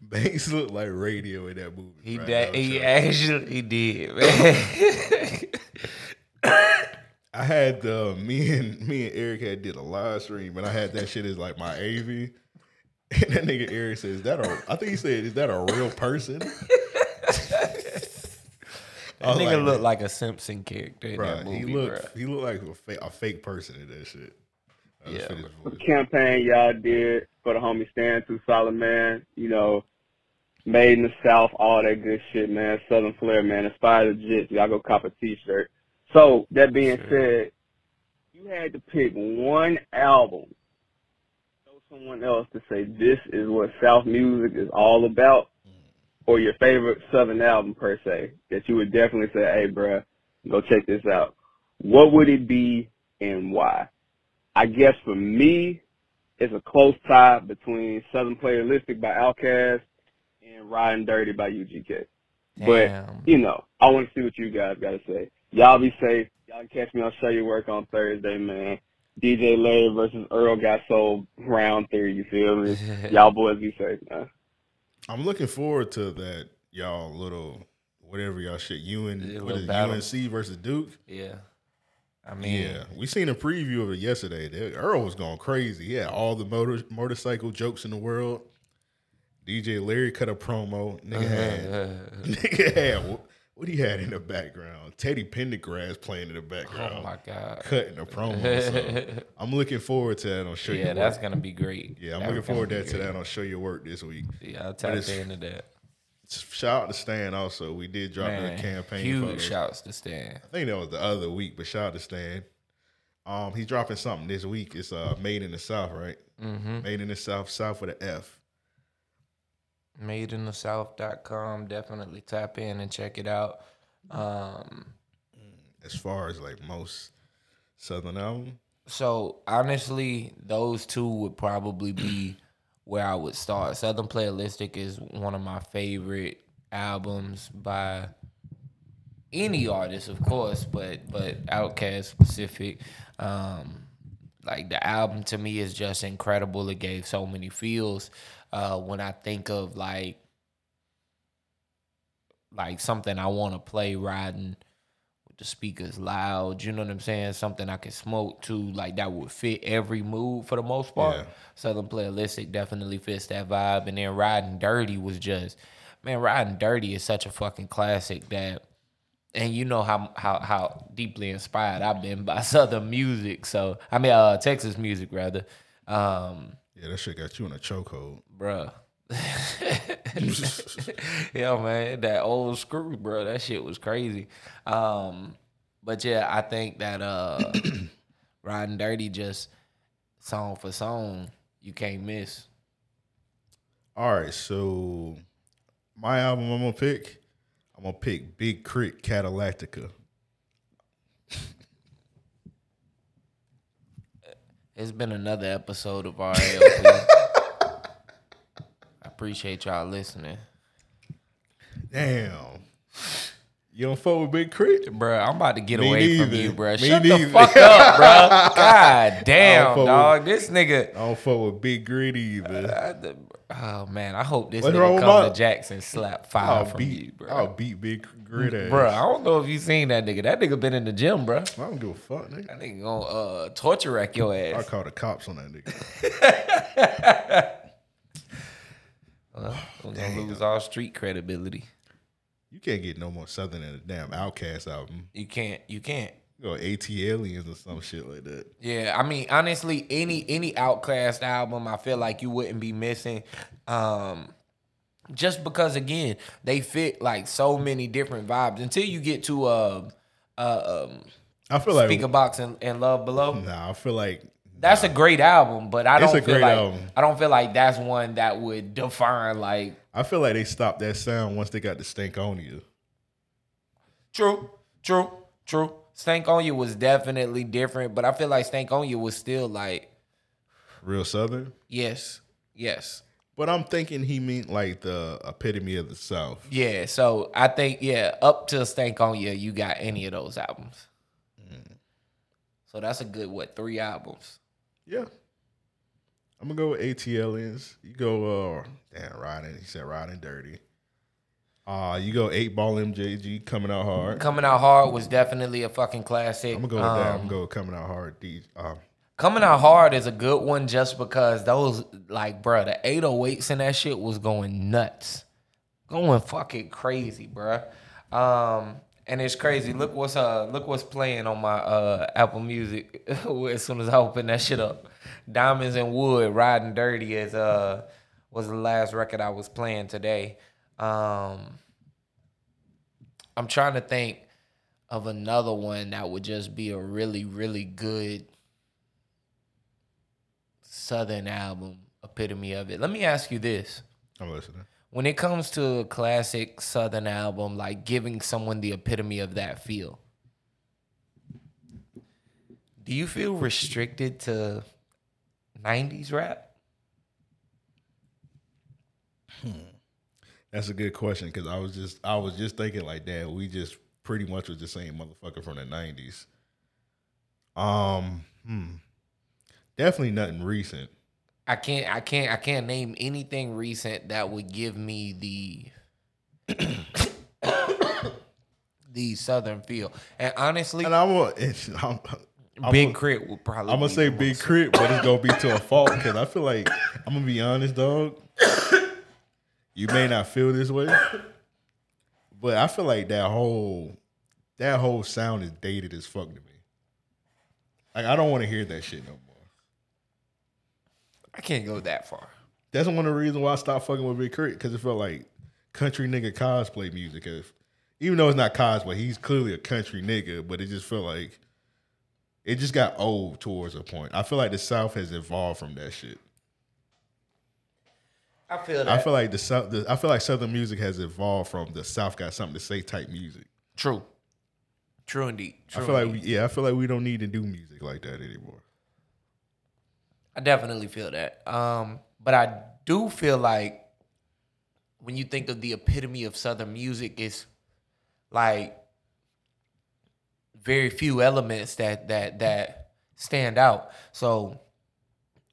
[SPEAKER 6] Banks looked like radio in that movie.
[SPEAKER 5] He
[SPEAKER 6] bro.
[SPEAKER 5] da-
[SPEAKER 6] No
[SPEAKER 5] he
[SPEAKER 6] troll.
[SPEAKER 5] actually he did, man.
[SPEAKER 6] I had uh, me and me and Eric had did a live stream, and I had that shit as like my AV. And that nigga Eric says, "Is that a?" I think he said, "Is that a real person?"
[SPEAKER 5] that nigga looked like a Simpson character in
[SPEAKER 6] Bruh,
[SPEAKER 5] that movie,
[SPEAKER 6] he looked
[SPEAKER 5] bruh.
[SPEAKER 6] he looked like a fake, a fake person in that shit. That was
[SPEAKER 5] Yeah,
[SPEAKER 6] fit his
[SPEAKER 8] the
[SPEAKER 6] voice.
[SPEAKER 8] campaign y'all did for the homie Stand to Solid Man, you know, made in the South, all that good shit, man. Southern flair, man. Inspired the jits. Y'all go cop a t-shirt. So that being said, you had to pick one album. Show someone else to say this is what South music is all about, or your favorite Southern album per se that you would definitely say, "Hey, bruh, go check this out." What would it be and why? I guess for me, it's a close tie between Southern Playalistic by Outkast and Riding Dirty by UGK.
[SPEAKER 5] Damn.
[SPEAKER 8] But, you know, I want to see what you guys got to say. Y'all be safe. Y'all can catch me on Show Your Work on Thursday, man. DJ Larry versus Earl got sold round three, you feel me? Y'all boys be safe, man.
[SPEAKER 6] I'm looking forward to that y'all little whatever y'all shit. You
[SPEAKER 5] Yeah,
[SPEAKER 6] and what
[SPEAKER 5] little
[SPEAKER 6] is it,
[SPEAKER 5] battle.
[SPEAKER 6] UNC versus Duke.
[SPEAKER 5] Yeah.
[SPEAKER 6] Yeah.
[SPEAKER 5] I mean
[SPEAKER 6] we seen a preview of it yesterday. The- Earl was going crazy. He had all the motor motorcycle jokes in the world.
[SPEAKER 5] Uh-huh.
[SPEAKER 6] DJ Larry cut a promo. Nigga had nigga had What he had in the background? Teddy Pendergrass playing in the background.
[SPEAKER 5] Oh my God.
[SPEAKER 6] Cutting a promo. So I'm looking forward to that on Show
[SPEAKER 5] Yeah,
[SPEAKER 6] Your
[SPEAKER 5] that's
[SPEAKER 6] Work.
[SPEAKER 5] gonna be great.
[SPEAKER 6] Yeah, I'm
[SPEAKER 5] That's
[SPEAKER 6] looking forward to
[SPEAKER 5] gonna
[SPEAKER 6] that
[SPEAKER 5] be
[SPEAKER 6] to
[SPEAKER 5] great.
[SPEAKER 6] that on Show Your Work this week.
[SPEAKER 5] Yeah, I'll tap
[SPEAKER 6] it's-
[SPEAKER 5] into that.
[SPEAKER 6] Shout out to Stan also. We did drop
[SPEAKER 5] Man,
[SPEAKER 6] the campaign
[SPEAKER 5] huge
[SPEAKER 6] photo.
[SPEAKER 5] shouts to Stan.
[SPEAKER 6] I think that was the other week, but shout out to Stan. Um, he's dropping something this week. It's uh Made in the South, right? Mm-hmm. Made in the South, South with an F.
[SPEAKER 5] Madeinthesouth.com. Definitely tap in and check it out. Um,
[SPEAKER 6] As far as like most Southern album,
[SPEAKER 5] so honestly, those two would probably be where I would start. Southern Playalistic is one of my favorite albums by any artist, of course, but but Outkast specific. Um, like the album to me is just incredible. It gave so many feels. Uh, when I think of like like something I want to play riding with the speakers loud, you know what I'm saying? Something I can smoke to, like that would fit every mood for the most part.
[SPEAKER 6] Yeah.
[SPEAKER 5] Southern Playalistic definitely fits that vibe. And then Riding Dirty was just, man, Riding Dirty is such a fucking classic that and you know how how how deeply inspired I've been by Southern music. So I mean, uh, Texas music rather. Um,
[SPEAKER 6] yeah, that shit got you in a chokehold.
[SPEAKER 5] bruh. yeah, man, that old screw, bro. That shit was crazy. Um, but yeah, I think that uh, riding dirty just song for song, you can't miss.
[SPEAKER 6] All right, so my album I'm gonna pick, I'm gonna pick Big Crit Catalactica.
[SPEAKER 5] It's been another episode of RLP. I appreciate y'all listening.
[SPEAKER 6] Damn, you don't fuck with Big Crit?
[SPEAKER 5] Bro, I'm about to get
[SPEAKER 6] Me
[SPEAKER 5] away from
[SPEAKER 6] neither.
[SPEAKER 5] you, bro.
[SPEAKER 6] Me
[SPEAKER 5] Shut
[SPEAKER 6] neither.
[SPEAKER 5] the fuck up, bro. God damn,
[SPEAKER 6] fuck with-
[SPEAKER 5] dog. This nigga.
[SPEAKER 6] I don't fuck with Big Crit either.
[SPEAKER 5] I- the- Oh man, I hope this
[SPEAKER 6] What's wrong
[SPEAKER 5] nigga
[SPEAKER 6] with
[SPEAKER 5] come
[SPEAKER 6] my-
[SPEAKER 5] to Jackson slap
[SPEAKER 6] I'll
[SPEAKER 5] five from
[SPEAKER 6] beat,
[SPEAKER 5] you,
[SPEAKER 6] I'll
[SPEAKER 5] bro.
[SPEAKER 6] beat Big Crit ass.
[SPEAKER 5] Bro, I don't know if you seen that nigga. That nigga been in the gym, bro.
[SPEAKER 6] I don't give a fuck, nigga.
[SPEAKER 5] That nigga gonna uh, torture rack your
[SPEAKER 6] I
[SPEAKER 5] ass.
[SPEAKER 6] call the cops on that nigga.
[SPEAKER 5] We're gonna lose all street credibility.
[SPEAKER 6] You can't get no more Southern than a damn Outcast album.
[SPEAKER 5] You can't. You can't.
[SPEAKER 6] You know, AT Aliens or some shit like that.
[SPEAKER 5] Yeah, I mean, honestly, any any Outcast album, I feel like you wouldn't be missing, um, just because again they fit like so many different vibes. Until you get to uh, uh, um,
[SPEAKER 6] I feel like
[SPEAKER 5] Speaker Box and, and Love Below,
[SPEAKER 6] nah. I feel like
[SPEAKER 5] that's a great album, but I
[SPEAKER 6] It's
[SPEAKER 5] don't
[SPEAKER 6] a
[SPEAKER 5] feel
[SPEAKER 6] great
[SPEAKER 5] like
[SPEAKER 6] album.
[SPEAKER 5] I don't feel like that's one that would define like
[SPEAKER 6] I feel like they stopped that sound once they got the stink on you.
[SPEAKER 5] True, true, true. Stank on You was definitely different, but I feel like Stank on You was still like
[SPEAKER 6] Real Southern.
[SPEAKER 5] yes, yes.
[SPEAKER 6] But I'm thinking he meant like the epitome of the South.
[SPEAKER 5] Yeah, so I think yeah, up to Stank on You, you got any of those albums. So that's a good what three albums?
[SPEAKER 6] Yeah. I'm gonna go with AT Aliens. You go uh damn riding. He said riding dirty. Uh you go eight ball MJG coming out hard.
[SPEAKER 5] Coming out hard was definitely a fucking classic.
[SPEAKER 6] I'm gonna go with that. I'm
[SPEAKER 5] Um,
[SPEAKER 6] gonna go with coming out hard. D, um,
[SPEAKER 5] Coming out hard is a good one just because those like bruh, the 808s and that shit was going nuts. Going fucking crazy, bruh. Um and it's crazy. Look what's uh look what's playing on my uh Apple Music as soon as I open that shit up. Diamonds and Wood, Riding Dirty is uh was the last record I was playing today. Um I'm trying to think of another one that would just be a really, really good Southern album epitome of it. Let me ask you this.
[SPEAKER 6] I'm listening.
[SPEAKER 5] When it comes to a classic Southern album, like giving someone the epitome of that feel, do you feel restricted to 90s rap?
[SPEAKER 6] That's a good question because I was just I was just thinking like that. We just pretty much was the same motherfucker from the nineties. Um, hmm. definitely nothing recent.
[SPEAKER 5] I can't I can't I can't name anything recent that would give me the the southern feel. And honestly,
[SPEAKER 6] And I'm gonna it's- I'm, I'm
[SPEAKER 5] Big
[SPEAKER 6] gonna-
[SPEAKER 5] Crit would probably
[SPEAKER 6] I'm gonna
[SPEAKER 5] be
[SPEAKER 6] say
[SPEAKER 5] the
[SPEAKER 6] big
[SPEAKER 5] most-
[SPEAKER 6] crit, but it's gonna be to a fault because I feel like I'm gonna be honest, dog. You may not feel this way, But I feel like that whole that whole sound is dated as fuck to me. Like I don't want to hear that shit no more.
[SPEAKER 5] I can't go that far.
[SPEAKER 6] That's one of the reasons why I stopped fucking with Big Crit because it felt like country nigga cosplay music. If, even though it's not cosplay, he's clearly a country nigga, but it just felt like it just got old towards a point. I feel like the South has evolved from that shit.
[SPEAKER 5] I feel
[SPEAKER 6] I feel like the South. The, I feel like Southern music has evolved from the South got something to say type music.
[SPEAKER 5] true. True indeed. True
[SPEAKER 6] I feel like
[SPEAKER 5] indeed.
[SPEAKER 6] we, yeah, I feel like we don't need to do music like that anymore.
[SPEAKER 5] I definitely feel that. Um, but I do feel like when you think of the epitome of Southern music, it's like very few elements that that that stand out. So,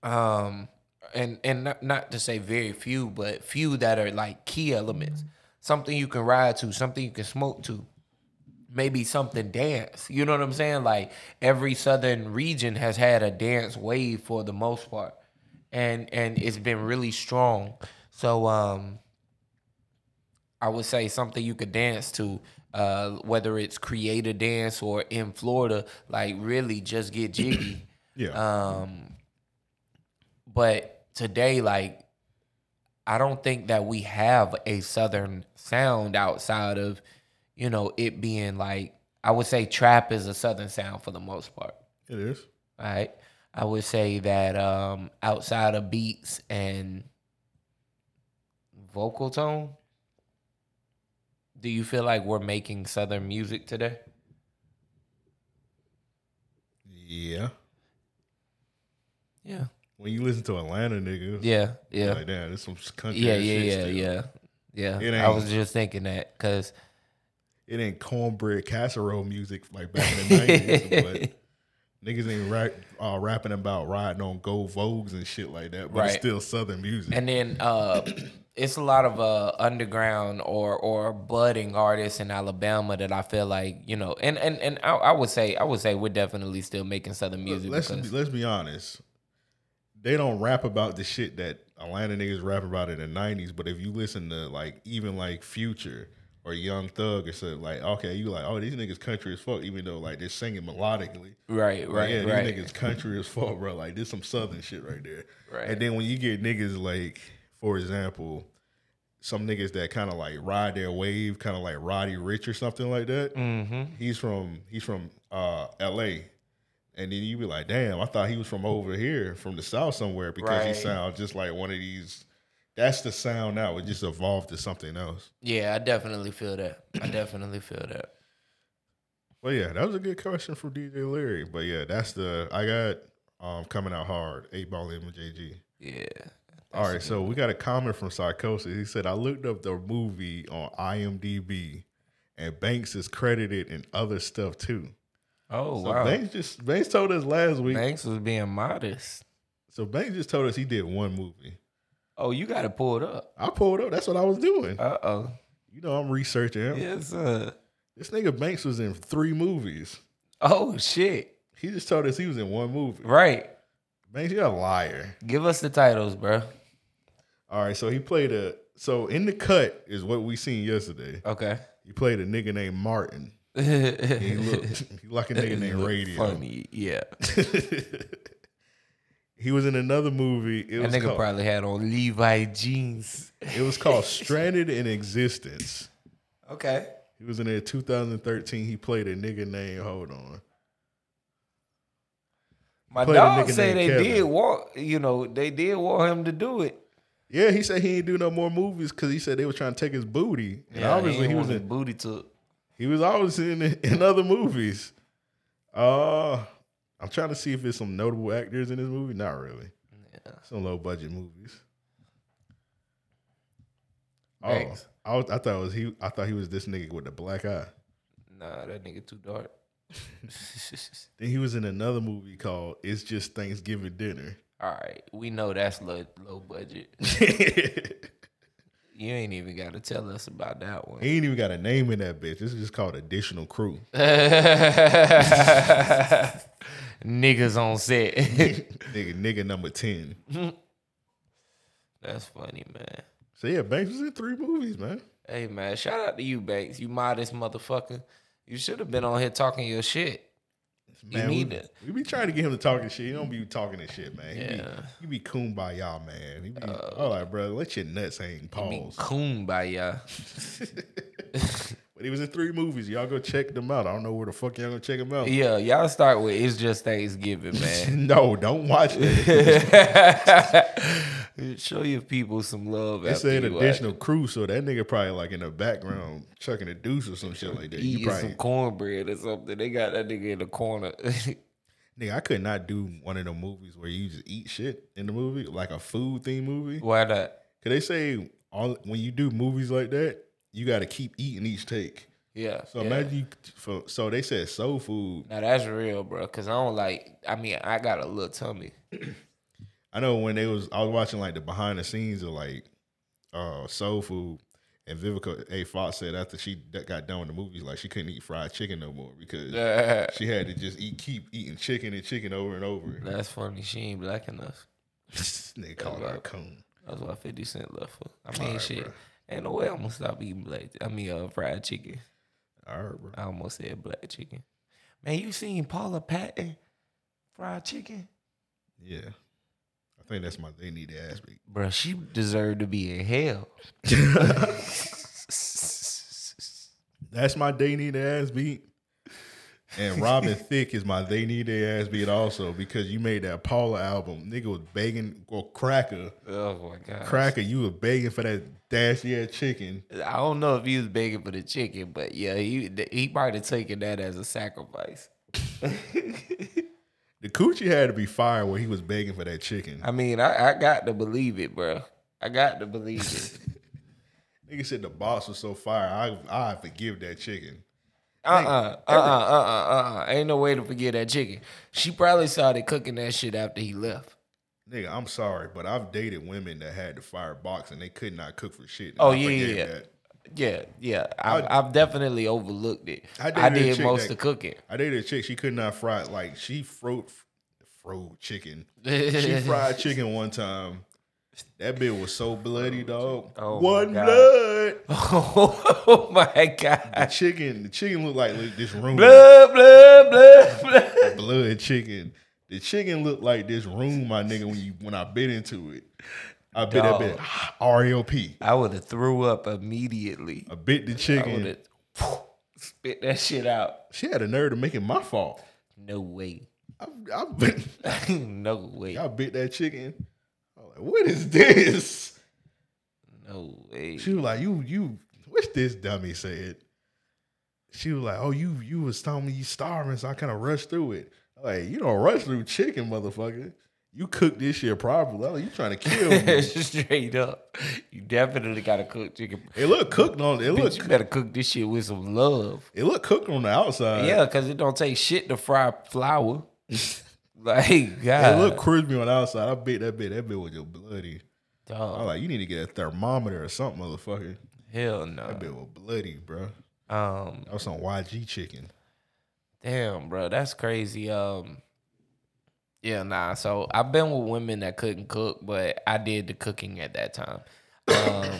[SPEAKER 5] um, and and not, not to say very few, but few that are like key elements, something you can ride to, something you can smoke to maybe something dance. You know what I'm saying? Like every southern region has had a dance wave for the most part. And and it's been really strong. So um I would say something you could dance to, uh, whether it's creator dance or in Florida, like really just get jiggy.
[SPEAKER 6] Yeah,
[SPEAKER 5] Um, but today, like, I don't think that we have a southern sound outside of, you know, it being like I would say trap is a southern sound for the most part.
[SPEAKER 6] it is.
[SPEAKER 5] All right. I would say that um outside of beats and vocal tone, do you feel like we're making southern music today?
[SPEAKER 6] Yeah,
[SPEAKER 5] Yeah.
[SPEAKER 6] when you listen to Atlanta niggas,
[SPEAKER 5] Yeah.
[SPEAKER 6] yeah,
[SPEAKER 5] Yeah.
[SPEAKER 6] like damn, there's some country.
[SPEAKER 5] Yeah,
[SPEAKER 6] ass
[SPEAKER 5] yeah,
[SPEAKER 6] shit
[SPEAKER 5] yeah,
[SPEAKER 6] still.
[SPEAKER 5] yeah, yeah.
[SPEAKER 6] It
[SPEAKER 5] I
[SPEAKER 6] ain't-
[SPEAKER 5] was just thinking that because
[SPEAKER 6] It ain't cornbread casserole music like back in the nineties, but niggas ain't rap, uh, rapping about riding on go vogues and shit like that. But it's
[SPEAKER 5] Right.
[SPEAKER 6] still southern music.
[SPEAKER 5] and then uh, it's a lot of uh, underground or or budding artists in Alabama that I feel like you know, and and and I, I would say I would say we're definitely still making southern
[SPEAKER 6] Look,
[SPEAKER 5] music.
[SPEAKER 6] let's be,
[SPEAKER 5] because,
[SPEAKER 6] let's be honest. They don't rap about the shit that Atlanta niggas rap about in the nineties. But if you listen to like even like Future or Young Thug or something, like okay, you like oh these niggas country as fuck, even though like they're singing melodically.
[SPEAKER 5] right,
[SPEAKER 6] Like,
[SPEAKER 5] right,
[SPEAKER 6] yeah,
[SPEAKER 5] right.
[SPEAKER 6] these niggas country as fuck, bro. Like this some southern shit right there.
[SPEAKER 5] Right.
[SPEAKER 6] And then when you get niggas like, for example, some niggas that kind of like ride their wave, kind of like Roddy Rich or something like that.
[SPEAKER 5] Mm-hmm.
[SPEAKER 6] He's from he's from uh, L.A. And then you be like, damn, I thought he was from over here, from the south somewhere, because
[SPEAKER 5] Right.
[SPEAKER 6] he sounds just like one of these. That's the sound now. It just evolved to something else.
[SPEAKER 5] Yeah, I definitely feel that. I definitely feel that.
[SPEAKER 6] Well, yeah, that was a good question from DJ Larry. But yeah, that's the I got um, coming out hard. Eight ball MJG.
[SPEAKER 5] Yeah.
[SPEAKER 6] All right, so we got a comment from Psychosis. He said, I looked up the movie on IMDb, and Banks is credited in other stuff too.
[SPEAKER 5] Oh
[SPEAKER 6] So
[SPEAKER 5] wow.
[SPEAKER 6] Banks just Banks told us last week.
[SPEAKER 5] Banks was being modest.
[SPEAKER 6] So Banks just told us he did one movie.
[SPEAKER 5] Oh, you got to pull it up.
[SPEAKER 6] I pulled up. That's what I was doing.
[SPEAKER 5] Uh oh.
[SPEAKER 6] You know, I'm researching.
[SPEAKER 5] Yes. Uh,
[SPEAKER 6] This nigga Banks was in three movies.
[SPEAKER 5] oh shit.
[SPEAKER 6] He just told us he was in one movie.
[SPEAKER 5] Right.
[SPEAKER 6] Banks, you're a liar.
[SPEAKER 5] Give us the titles, bro.
[SPEAKER 6] All right, so he played a. So in the cut is what we seen yesterday.
[SPEAKER 5] Okay.
[SPEAKER 6] He played a nigga named Martin. He looked he like a nigga named
[SPEAKER 5] Look
[SPEAKER 6] Radio.
[SPEAKER 5] Funny, yeah.
[SPEAKER 6] he was in another movie. It
[SPEAKER 5] That
[SPEAKER 6] was,
[SPEAKER 5] nigga
[SPEAKER 6] called,
[SPEAKER 5] probably had on Levi jeans.
[SPEAKER 6] it was called Stranded in Existence.
[SPEAKER 5] Okay.
[SPEAKER 6] He was in there 2013. He played a nigga named, hold on.
[SPEAKER 5] My
[SPEAKER 6] Played a
[SPEAKER 5] dog
[SPEAKER 6] nigga
[SPEAKER 5] say they
[SPEAKER 6] named Kevin.
[SPEAKER 5] did want, you know, they did want him to do it.
[SPEAKER 6] Yeah, he said he ain't do no more movies because he said they were trying to take his booty. And
[SPEAKER 5] Yeah,
[SPEAKER 6] obviously
[SPEAKER 5] ain't
[SPEAKER 6] he was
[SPEAKER 5] want his
[SPEAKER 6] in
[SPEAKER 5] booty to.
[SPEAKER 6] he was always in in other movies. Uh I'm trying to see if there's some notable actors in this movie. Not really. Some low budget movies. Oh,
[SPEAKER 5] Thanks.
[SPEAKER 6] I, was, I thought it was he. I thought he was this nigga with the black eye.
[SPEAKER 5] Nah, that nigga too dark.
[SPEAKER 6] Then he was in another movie called "It's Just Thanksgiving Dinner."
[SPEAKER 5] All right, we know that's low, low budget.
[SPEAKER 6] he
[SPEAKER 5] You ain't even got to tell us about that one.
[SPEAKER 6] ain't even got a name in that bitch. This is just called "Additional Crew."
[SPEAKER 5] Niggas on set.
[SPEAKER 6] nigga, nigga number ten.
[SPEAKER 5] that's funny, man.
[SPEAKER 6] So yeah, Banks was in three movies, man.
[SPEAKER 5] Hey man, shout out to you, Banks. You modest motherfucker. You should have been on here talking your shit.
[SPEAKER 6] Man,
[SPEAKER 5] need
[SPEAKER 6] we,
[SPEAKER 5] it.
[SPEAKER 6] we be trying to get him to talk his shit. He don't be talking his shit, man.
[SPEAKER 5] Yeah. Uh,
[SPEAKER 6] He be, he be kumbaya, man. He be, all right, bro. Let your nuts hang.
[SPEAKER 5] Be
[SPEAKER 6] Pause.
[SPEAKER 5] coon by ya.
[SPEAKER 6] But he was in three movies. Y'all go check them out. I don't know where the fuck y'all gonna check him out.
[SPEAKER 5] Yeah, y'all start with it's just Thanksgiving, man.
[SPEAKER 6] No, don't watch that.
[SPEAKER 5] Show your people some love.
[SPEAKER 6] It
[SPEAKER 5] after
[SPEAKER 6] said
[SPEAKER 5] you uh, watch
[SPEAKER 6] additional crew, so that nigga probably like in the background chucking a deuce or some shit like that. You
[SPEAKER 5] eating
[SPEAKER 6] probably
[SPEAKER 5] some cornbread or something. They got that nigga in the corner.
[SPEAKER 6] nigga, I could not do one of the movies where you just eat shit in the movie, like a food theme movie.
[SPEAKER 5] Why not?
[SPEAKER 6] Cause they say all when you do movies like that, you got to keep eating each take.
[SPEAKER 5] Yeah.
[SPEAKER 6] So
[SPEAKER 5] yeah.
[SPEAKER 6] imagine you, for, so they said soul food.
[SPEAKER 5] Now that's real, bro. Cause I don't like. I mean, I got a little tummy.
[SPEAKER 6] I know when they was I was watching like the behind the scenes of like uh Soul Food and Vivica A. Fox said after she d- got done with the movies, like she couldn't eat fried chicken no more because
[SPEAKER 5] that's
[SPEAKER 6] she had to just eat keep eating chicken and chicken over and over.
[SPEAKER 5] funny. She ain't black enough.
[SPEAKER 6] This nigga called her a coon.
[SPEAKER 5] That's why Fifty Cent left her. I mean, shit. Ain't no way I'm gonna stop eating black. I mean, uh, fried chicken.
[SPEAKER 6] All right, bro.
[SPEAKER 5] I almost said black chicken. Man, you seen Paula Patton fried chicken?
[SPEAKER 6] Yeah. I think that's my they need to ask me.
[SPEAKER 5] Bruh, she deserved to be in hell.
[SPEAKER 6] That's my they need to ass beat. And Robin Thicke is my they need their ass beat also because you made that Paula album. Nigga was begging well cracker.
[SPEAKER 5] oh my god.
[SPEAKER 6] Cracker, you were begging for that dashy ass chicken.
[SPEAKER 5] I don't know if he was begging for the chicken, but yeah, he he might have taken that as a sacrifice.
[SPEAKER 6] The coochie had to be fire where he was begging for that chicken.
[SPEAKER 5] I mean, I, I got to believe it, bruh. I got to believe it.
[SPEAKER 6] Nigga said the boss was so fire, I I forgive that chicken.
[SPEAKER 5] Uh uh-uh, uh uh uh uh uh. Ain't no way to forget that chicken. She probably started cooking that shit after he left.
[SPEAKER 6] Nigga, I'm sorry, but I've dated women that had the fire box and they could not cook for shit. and
[SPEAKER 5] Oh,
[SPEAKER 6] I
[SPEAKER 5] yeah, yeah,
[SPEAKER 6] forgave
[SPEAKER 5] yeah.
[SPEAKER 6] that.
[SPEAKER 5] Yeah, yeah. I, I, have definitely overlooked it.
[SPEAKER 6] I
[SPEAKER 5] I,
[SPEAKER 6] dated a
[SPEAKER 5] did
[SPEAKER 6] chick
[SPEAKER 5] most
[SPEAKER 6] that-
[SPEAKER 5] of cooking.
[SPEAKER 6] I dated a chick, she could not fry it. like she fro fro chicken. She fried chicken one time. That bit was so bloody, dog.
[SPEAKER 5] Oh, my
[SPEAKER 6] One
[SPEAKER 5] God.
[SPEAKER 6] blood.
[SPEAKER 5] oh my
[SPEAKER 6] The
[SPEAKER 5] god.
[SPEAKER 6] chicken, the chicken looked like this room.
[SPEAKER 5] Blood, blood, blood, blood.
[SPEAKER 6] blood chicken. The chicken looked like this room, my nigga. When you when I bit into it, I bit that bit.
[SPEAKER 5] Dog.
[SPEAKER 6] R E O P.
[SPEAKER 5] I would have threw up immediately.
[SPEAKER 6] I bit the
[SPEAKER 5] I would
[SPEAKER 6] chicken.
[SPEAKER 5] have spit that shit out.
[SPEAKER 6] She had a nerve to make it my fault.
[SPEAKER 5] No way.
[SPEAKER 6] I, I bit,
[SPEAKER 5] no way.
[SPEAKER 6] I bit that chicken. I was like, what is this?
[SPEAKER 5] No way.
[SPEAKER 6] She was like, you you. What's this dummy said? She was like, oh you you was telling me you starving, so I kind of rushed through it. I'm like you don't rush through chicken, motherfucker. You cook this shit properly. I'm like, you trying to kill me?
[SPEAKER 5] Straight up. You definitely gotta cook chicken.
[SPEAKER 6] it looked cooked on. It
[SPEAKER 5] Bitch,
[SPEAKER 6] looked
[SPEAKER 5] you better cook this shit with some love.
[SPEAKER 6] It looked cooked on the outside.
[SPEAKER 5] Yeah, cause it don't take shit to fry flour. like
[SPEAKER 6] It
[SPEAKER 5] God.
[SPEAKER 6] looked crispy on the outside. I bit that bit. That bit was just bloody. I
[SPEAKER 5] dog,
[SPEAKER 6] was like, you need to get a thermometer or something, motherfucker.
[SPEAKER 5] hell
[SPEAKER 6] That
[SPEAKER 5] no.
[SPEAKER 6] bit was bloody, bro.
[SPEAKER 5] Um
[SPEAKER 6] That was some YG chicken.
[SPEAKER 5] Damn, bro, that's crazy. Um, yeah, nah. So I've been with women that couldn't cook, but I did the cooking at that time, um,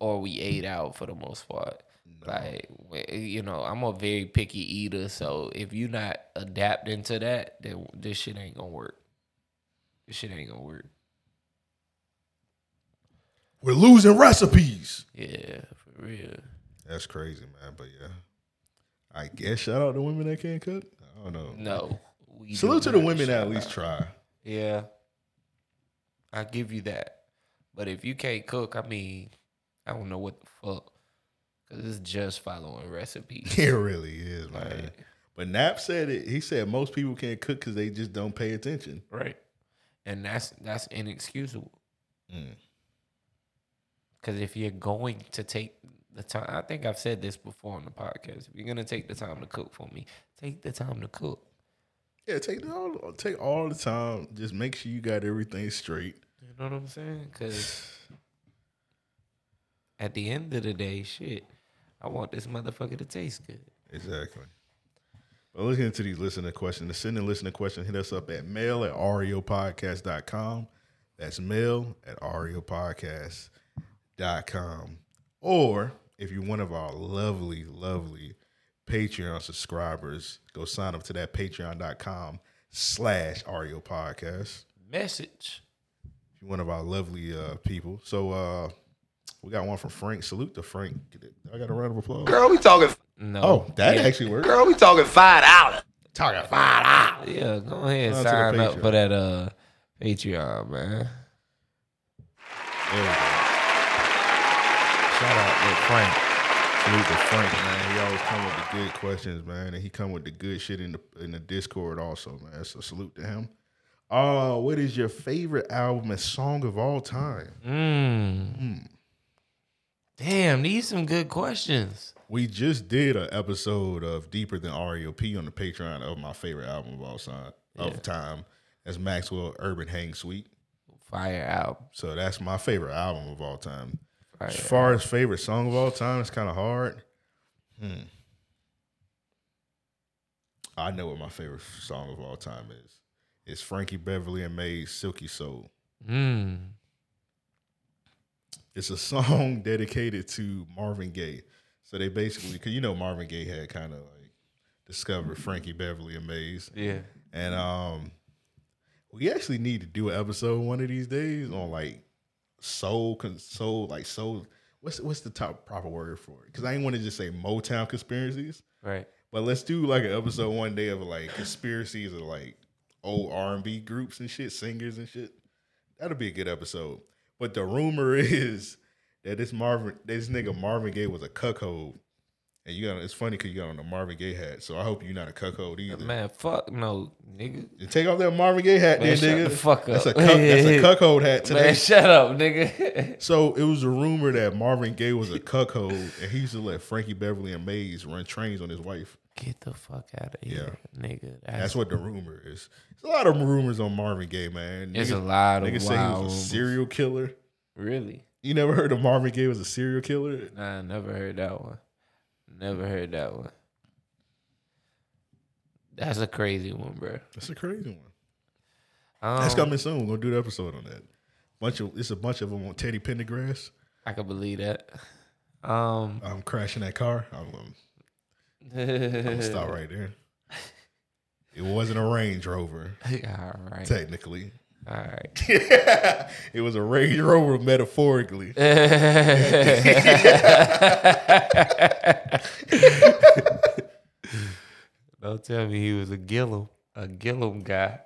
[SPEAKER 5] or we ate out for the most part. Like, we- you know, I'm a very picky eater, so if you're not adapting to that, then this shit ain't gonna work. This shit ain't gonna work.
[SPEAKER 6] We're losing recipes.
[SPEAKER 5] Yeah, for real.
[SPEAKER 6] That's crazy, man. But yeah, I guess shout out to women that can't cook. I don't know.
[SPEAKER 5] No. we do
[SPEAKER 6] Salute to the
[SPEAKER 5] not
[SPEAKER 6] women that
[SPEAKER 5] shout
[SPEAKER 6] at least try.
[SPEAKER 5] Yeah. I give you that. But if you can't cook, I mean, I don't know what the fuck. Because it's just following recipes.
[SPEAKER 6] It really is, man.
[SPEAKER 5] Right.
[SPEAKER 6] But Knapp said it. He said most people can't cook because they just don't pay attention.
[SPEAKER 5] right. And that's that's inexcusable.
[SPEAKER 6] Mm.
[SPEAKER 5] Because if you're going to take the time, I think I've said this before on the podcast. If you're going to take the time to cook for me, take the time to cook.
[SPEAKER 6] Yeah, take the- all take all the time. Just make sure you got everything straight.
[SPEAKER 5] You know what I'm saying? Because at the end of the day, shit, I want this motherfucker to taste good.
[SPEAKER 6] Exactly. But let's get into these listener questions. To send in listener questions, hit us up at mail at ariopodcast.com. That's mail at ariopodcast.com. Or if you're one of our lovely, lovely Patreon subscribers, go sign up to that patreon.com slash Ario Podcast.
[SPEAKER 5] Message.
[SPEAKER 6] If you're one of our lovely uh, people. So uh, we got one from Frank. Salute to Frank. I got a round of applause.
[SPEAKER 9] Girl, we talking.
[SPEAKER 5] No.
[SPEAKER 6] Oh, that actually worked.
[SPEAKER 9] Girl, we talking five dollars.
[SPEAKER 6] Talking five hours.
[SPEAKER 5] Yeah, go ahead
[SPEAKER 6] Shout out to
[SPEAKER 5] sign
[SPEAKER 6] the
[SPEAKER 5] up
[SPEAKER 6] Patreon.
[SPEAKER 5] for that uh Patreon, man.
[SPEAKER 6] There we go. Shout out to Frank. Salute to Frank, man. He always come with the good questions, man, and he come with the good shit in the in the Discord also, man. So salute to him. Uh, what is your favorite album and song of all time?
[SPEAKER 5] Mm.
[SPEAKER 6] Hmm.
[SPEAKER 5] Damn, these some good questions.
[SPEAKER 6] We just did an episode of Deeper Than R.E.O.P. on the Patreon of my favorite album of all time of time. That's Maxwell Urban Hang Suite.
[SPEAKER 5] Fire out.
[SPEAKER 6] So that's my favorite album of all time.
[SPEAKER 5] Fire
[SPEAKER 6] As
[SPEAKER 5] out.
[SPEAKER 6] far as favorite song of all time, it's kind of hard. Hmm. I know what my favorite song of all time is. It's Frankie Beverly and May's Silky Soul.
[SPEAKER 5] Mm.
[SPEAKER 6] It's a song dedicated to Marvin Gaye. So they basically, because you know Marvin Gaye had kind of like discovered Frankie Beverly and Mays.
[SPEAKER 5] Yeah.
[SPEAKER 6] And um, we actually need to do an episode one of these days on like soul, con- soul, like soul. What's what's the top proper word for it? Because I didn't want to just say Motown conspiracies,
[SPEAKER 5] Right.
[SPEAKER 6] but let's do like an episode one day of like conspiracies of like old R and B groups and shit, singers and shit. That'll be a good episode. But the rumor is that this Marvin, this nigga Marvin Gaye was a cuckold. And you got it's funny because you got on a Marvin Gaye hat, so I hope you're not a cuckold either.
[SPEAKER 5] Man, fuck no, nigga.
[SPEAKER 6] And take off that Marvin Gaye hat,
[SPEAKER 5] Man,
[SPEAKER 6] then,
[SPEAKER 5] shut
[SPEAKER 6] nigga.
[SPEAKER 5] the fuck
[SPEAKER 6] That's a
[SPEAKER 5] up.
[SPEAKER 6] cuck, that's a cuckold hat today.
[SPEAKER 5] Man, shut up, nigga.
[SPEAKER 6] So it was a rumor that Marvin Gaye was a cuckold, and he used to let Frankie Beverly and Mays run trains on his wife.
[SPEAKER 5] Get the fuck out of here, nigga.
[SPEAKER 6] That's what the rumor is. There's a lot of rumors on Marvin Gaye, man.
[SPEAKER 5] It's
[SPEAKER 6] Niggas-
[SPEAKER 5] a lot of
[SPEAKER 6] Niggas say he
[SPEAKER 5] wild
[SPEAKER 6] was a
[SPEAKER 5] rumors.
[SPEAKER 6] serial killer.
[SPEAKER 5] really.
[SPEAKER 6] You never heard of Marvin Gaye was a serial killer?
[SPEAKER 5] Nah, I never heard that one. Never heard that one. That's a crazy one, bro.
[SPEAKER 6] That's a crazy one.
[SPEAKER 5] Um,
[SPEAKER 6] That's coming soon. We're gonna do the episode on that. Bunch of it's a bunch of them on Teddy Pendergrass.
[SPEAKER 5] I can believe that. Um,
[SPEAKER 6] I'm crashing that car. I'm gonna, I'm gonna stop right there. It wasn't a Range Rover,
[SPEAKER 5] all right,
[SPEAKER 6] technically.
[SPEAKER 5] all right.
[SPEAKER 6] it was a Range Rover metaphorically.
[SPEAKER 5] Don't tell me he was a Gillum, a Gillum guy.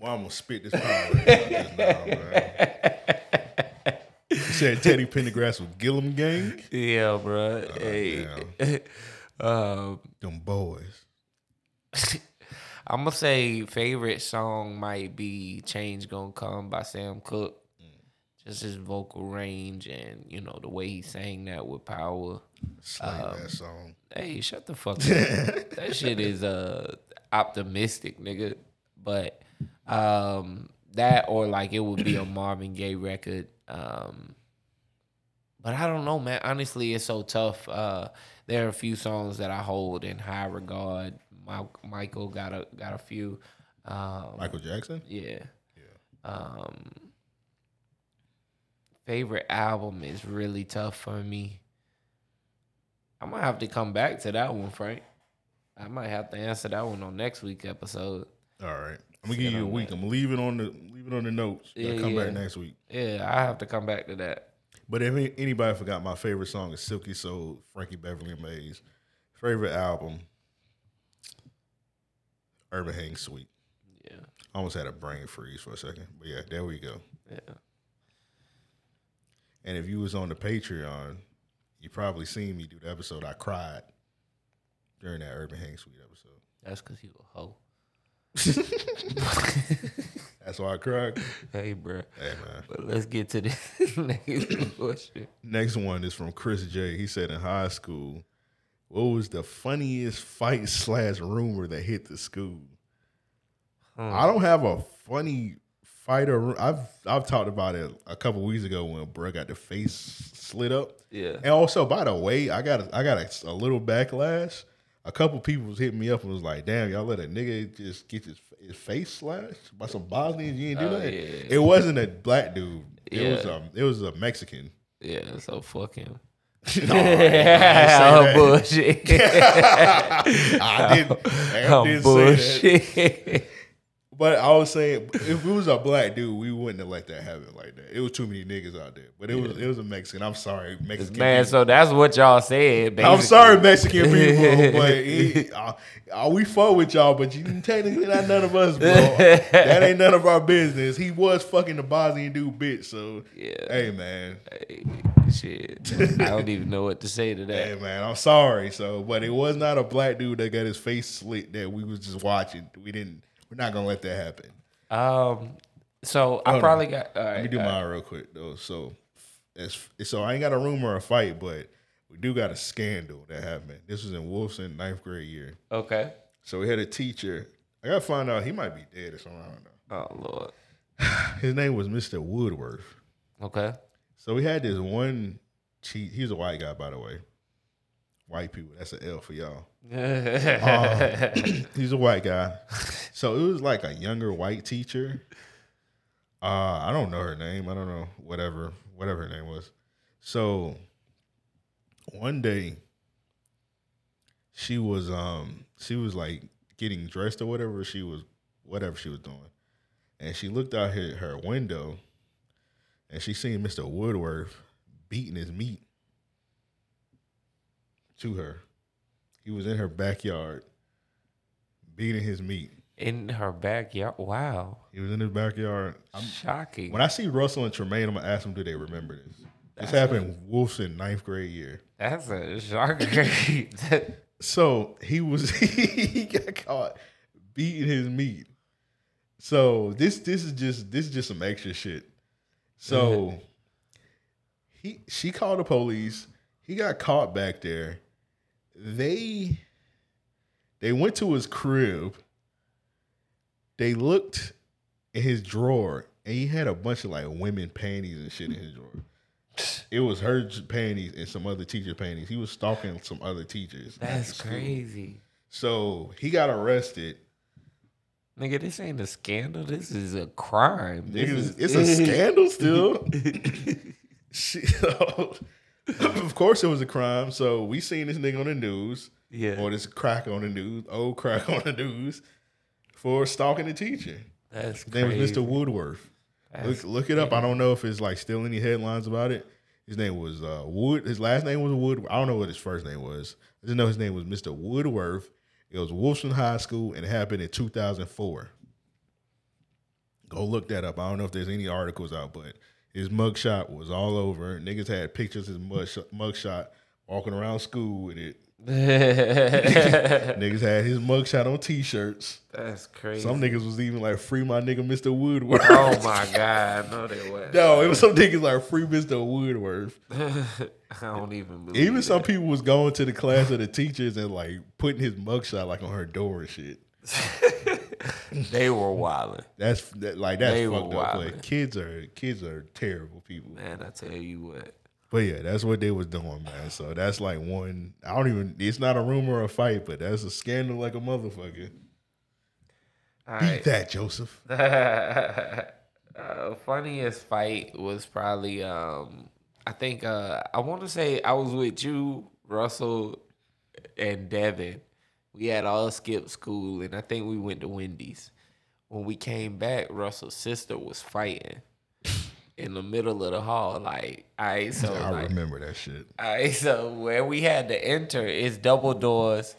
[SPEAKER 6] Well, I'm gonna spit this power. right now, man. You said Teddy Pendergrass with Gillum Gang? Oh,
[SPEAKER 5] Yeah, bro. hey, um,
[SPEAKER 6] Them boys.
[SPEAKER 5] I'm gonna say favorite song might be "Change Gonna Come" by Sam Cooke. Just his vocal range and you know the way he sang that with power.
[SPEAKER 6] Slay
[SPEAKER 5] Um,
[SPEAKER 6] that song.
[SPEAKER 5] Hey, shut the fuck up. that shit is uh optimistic, nigga. But um that or like it would be a Marvin Gaye record. Um but I don't know, man. Honestly, it's so tough. Uh there are a few songs that I hold in high regard. My, Michael got a got a few. Um
[SPEAKER 6] Michael Jackson?
[SPEAKER 5] yeah. Yeah. Um favorite album is really tough for me. I might have to come back to that one, Frank. I might have to answer that one on next week episode.
[SPEAKER 6] All right. I'm gonna give you a
[SPEAKER 5] on
[SPEAKER 6] week.
[SPEAKER 5] that.
[SPEAKER 6] I'm leaving on the leave it on the notes. Gotta
[SPEAKER 5] Yeah,
[SPEAKER 6] come
[SPEAKER 5] yeah.
[SPEAKER 6] back next week.
[SPEAKER 5] Yeah, I have to come back to that.
[SPEAKER 6] But if any- anybody forgot, my favorite song is Silky Soul, Frankie Beverly and Mays. Favorite album, Urban Hang Suite.
[SPEAKER 5] Yeah.
[SPEAKER 6] I almost had a brain freeze for a second. But yeah, there we go.
[SPEAKER 5] Yeah.
[SPEAKER 6] And if you was on the Patreon, you probably seen me do the episode. I cried during that Urban Hang Suite episode.
[SPEAKER 5] That's cause he a hoe.
[SPEAKER 6] That's why I cried.
[SPEAKER 5] Hey bro.
[SPEAKER 6] Hey man.
[SPEAKER 5] But let's get to this next question.
[SPEAKER 6] Next one is from Chris J. He said in high school, what was the funniest fight slash rumor that hit the school?
[SPEAKER 5] Uh,
[SPEAKER 6] I don't have a funny fighter. ru- I've I've talked about it a couple weeks ago when bro got the face slid up.
[SPEAKER 5] Yeah.
[SPEAKER 6] And also, by the way, I got a, I got a, a little backlash. A couple people was hitting me up and was like, "Damn, y'all let a nigga just get his, his face slashed by some Bosnians? You didn't do
[SPEAKER 5] Oh,
[SPEAKER 6] that."
[SPEAKER 5] yeah.
[SPEAKER 6] It wasn't a black dude. It was
[SPEAKER 5] Yeah.
[SPEAKER 6] um, it was a Mexican.
[SPEAKER 5] Yeah, so fuck him.
[SPEAKER 6] No, I didn't say
[SPEAKER 5] Yeah,
[SPEAKER 6] that.
[SPEAKER 5] bullshit.
[SPEAKER 6] I didn't. I
[SPEAKER 5] I'm
[SPEAKER 6] didn't say that.
[SPEAKER 5] Oh, bullshit.
[SPEAKER 6] But I was saying, if it was a black dude, we wouldn't have let that happen like that. It was too many niggas out there. But it was it was a Mexican. I'm sorry, Mexican.
[SPEAKER 5] Man,
[SPEAKER 6] people.
[SPEAKER 5] so that's what y'all said. Basically.
[SPEAKER 6] I'm sorry, Mexican people, but it, I, I, we fuck with y'all, but you technically not none of us, bro. that ain't none of our business. He was fucking the Bosnian dude, bitch. So, hey, man,
[SPEAKER 5] Shit, I don't even know what to say to
[SPEAKER 6] hey,
[SPEAKER 5] that.
[SPEAKER 6] man, I'm sorry. So, but it was not a black dude that got his face slit that we was just watching. We didn't. We're not gonna let that happen.
[SPEAKER 5] Um, so I
[SPEAKER 6] Hold
[SPEAKER 5] probably
[SPEAKER 6] on.
[SPEAKER 5] got. All right, uh,
[SPEAKER 6] Let me do
[SPEAKER 5] all right.
[SPEAKER 6] mine real quick though. So, as, so I ain't got a rumor or a fight, but we do got a scandal that happened. This was in Wolfson, ninth grade year.
[SPEAKER 5] Okay.
[SPEAKER 6] So we had a teacher. I gotta find out he might be dead or something. I don't know.
[SPEAKER 5] Oh lord.
[SPEAKER 6] His name was Mr. Woodworth.
[SPEAKER 5] Okay.
[SPEAKER 6] So we had this one. He, he's a white guy, by the way. White people. That's an L for y'all. Um, he's a white guy. So it was like a younger white teacher. Uh, I don't know her name. I don't know whatever whatever her name was. So one day she was um she was like getting dressed or whatever she was whatever she was doing. And she looked out her, her window and she seen Mr. Woodworth beating his meat to her. He was in her backyard beating his meat.
[SPEAKER 5] In her backyard. Wow.
[SPEAKER 6] He was in his backyard. I'm,
[SPEAKER 5] Shocking.
[SPEAKER 6] when I see Russell and Tremaine, I'm gonna ask them, do they remember this? This happened Wolfson ninth grade year.
[SPEAKER 5] That's a shocking.
[SPEAKER 6] So he was he got caught beating his meat. So this this is just this is just some extra shit. So he she called the police. He got caught back there. They they went to his crib. They looked in his drawer and he had a bunch of like women panties and shit in his drawer. It was her j- panties and some other teacher panties. He was stalking some other teachers.
[SPEAKER 5] That's crazy.
[SPEAKER 6] So he got arrested.
[SPEAKER 5] Nigga, this ain't a scandal. This is a crime. This
[SPEAKER 6] Niggas, it's
[SPEAKER 5] is,
[SPEAKER 6] a scandal still. Shit. of course, it was a crime. So we seen this nigga on the news,
[SPEAKER 5] yeah.
[SPEAKER 6] or this crack on the news, old crack on the news, for stalking the teacher.
[SPEAKER 5] That's
[SPEAKER 6] His name
[SPEAKER 5] crazy.
[SPEAKER 6] was Mr. Woodworth. Look, look it up. I don't know if it's like still any headlines about it. His name was uh, Wood. His last name was Wood. I don't know what his first name was. I just know his name was Mr. Woodworth. It was Wolfson High School, and it happened in 2004. Go look that up. I don't know if there's any articles out, but his mugshot was all over. Niggas had pictures of his mugshot, mugshot walking around school with it. Niggas had his mugshot on T-shirts.
[SPEAKER 5] That's crazy.
[SPEAKER 6] Some niggas was even like, "Free my nigga, Mr. Woodworth."
[SPEAKER 5] oh my god. No, they were.
[SPEAKER 6] No, it was some niggas like free Mr. Woodworth.
[SPEAKER 5] I don't even believe.
[SPEAKER 6] Even
[SPEAKER 5] it.
[SPEAKER 6] some people was going to the class of the teachers and like putting his mugshot like on her door and shit.
[SPEAKER 5] they were wilding.
[SPEAKER 6] That's that, like that's
[SPEAKER 5] They were
[SPEAKER 6] fucked up. Like
[SPEAKER 5] wildin'.
[SPEAKER 6] kids are kids are terrible people.
[SPEAKER 5] Man, I tell you what.
[SPEAKER 6] But yeah, that's what they was doing, man. So that's like one. I don't even. It's not a rumor or a fight, but that's a scandal like a motherfucker.
[SPEAKER 5] All
[SPEAKER 6] Beat
[SPEAKER 5] right.
[SPEAKER 6] that, Joseph.
[SPEAKER 5] uh, funniest fight was probably um I think uh I want to say I was with you, Russell, and Devin. We had all skipped school, and I think we went to Wendy's. When we came back, Russell's sister was fighting in the middle of the hall. Like I so
[SPEAKER 6] I
[SPEAKER 5] like,
[SPEAKER 6] remember that shit.
[SPEAKER 5] all right, so where we had to enter is double doors,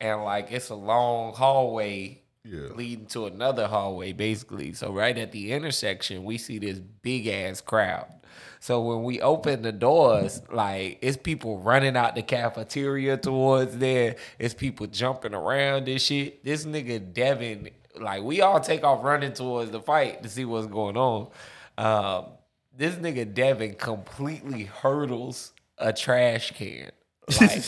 [SPEAKER 5] and like it's a long hallway
[SPEAKER 6] Yeah.
[SPEAKER 5] leading to another hallway, basically. So right at the intersection, we see this big ass crowd. So when we open the doors, like it's people running out the cafeteria towards there. It's people jumping around and shit. This nigga Devin, like we all take off running towards the fight to see what's going on. Um, this nigga Devin completely hurdles a trash can. Like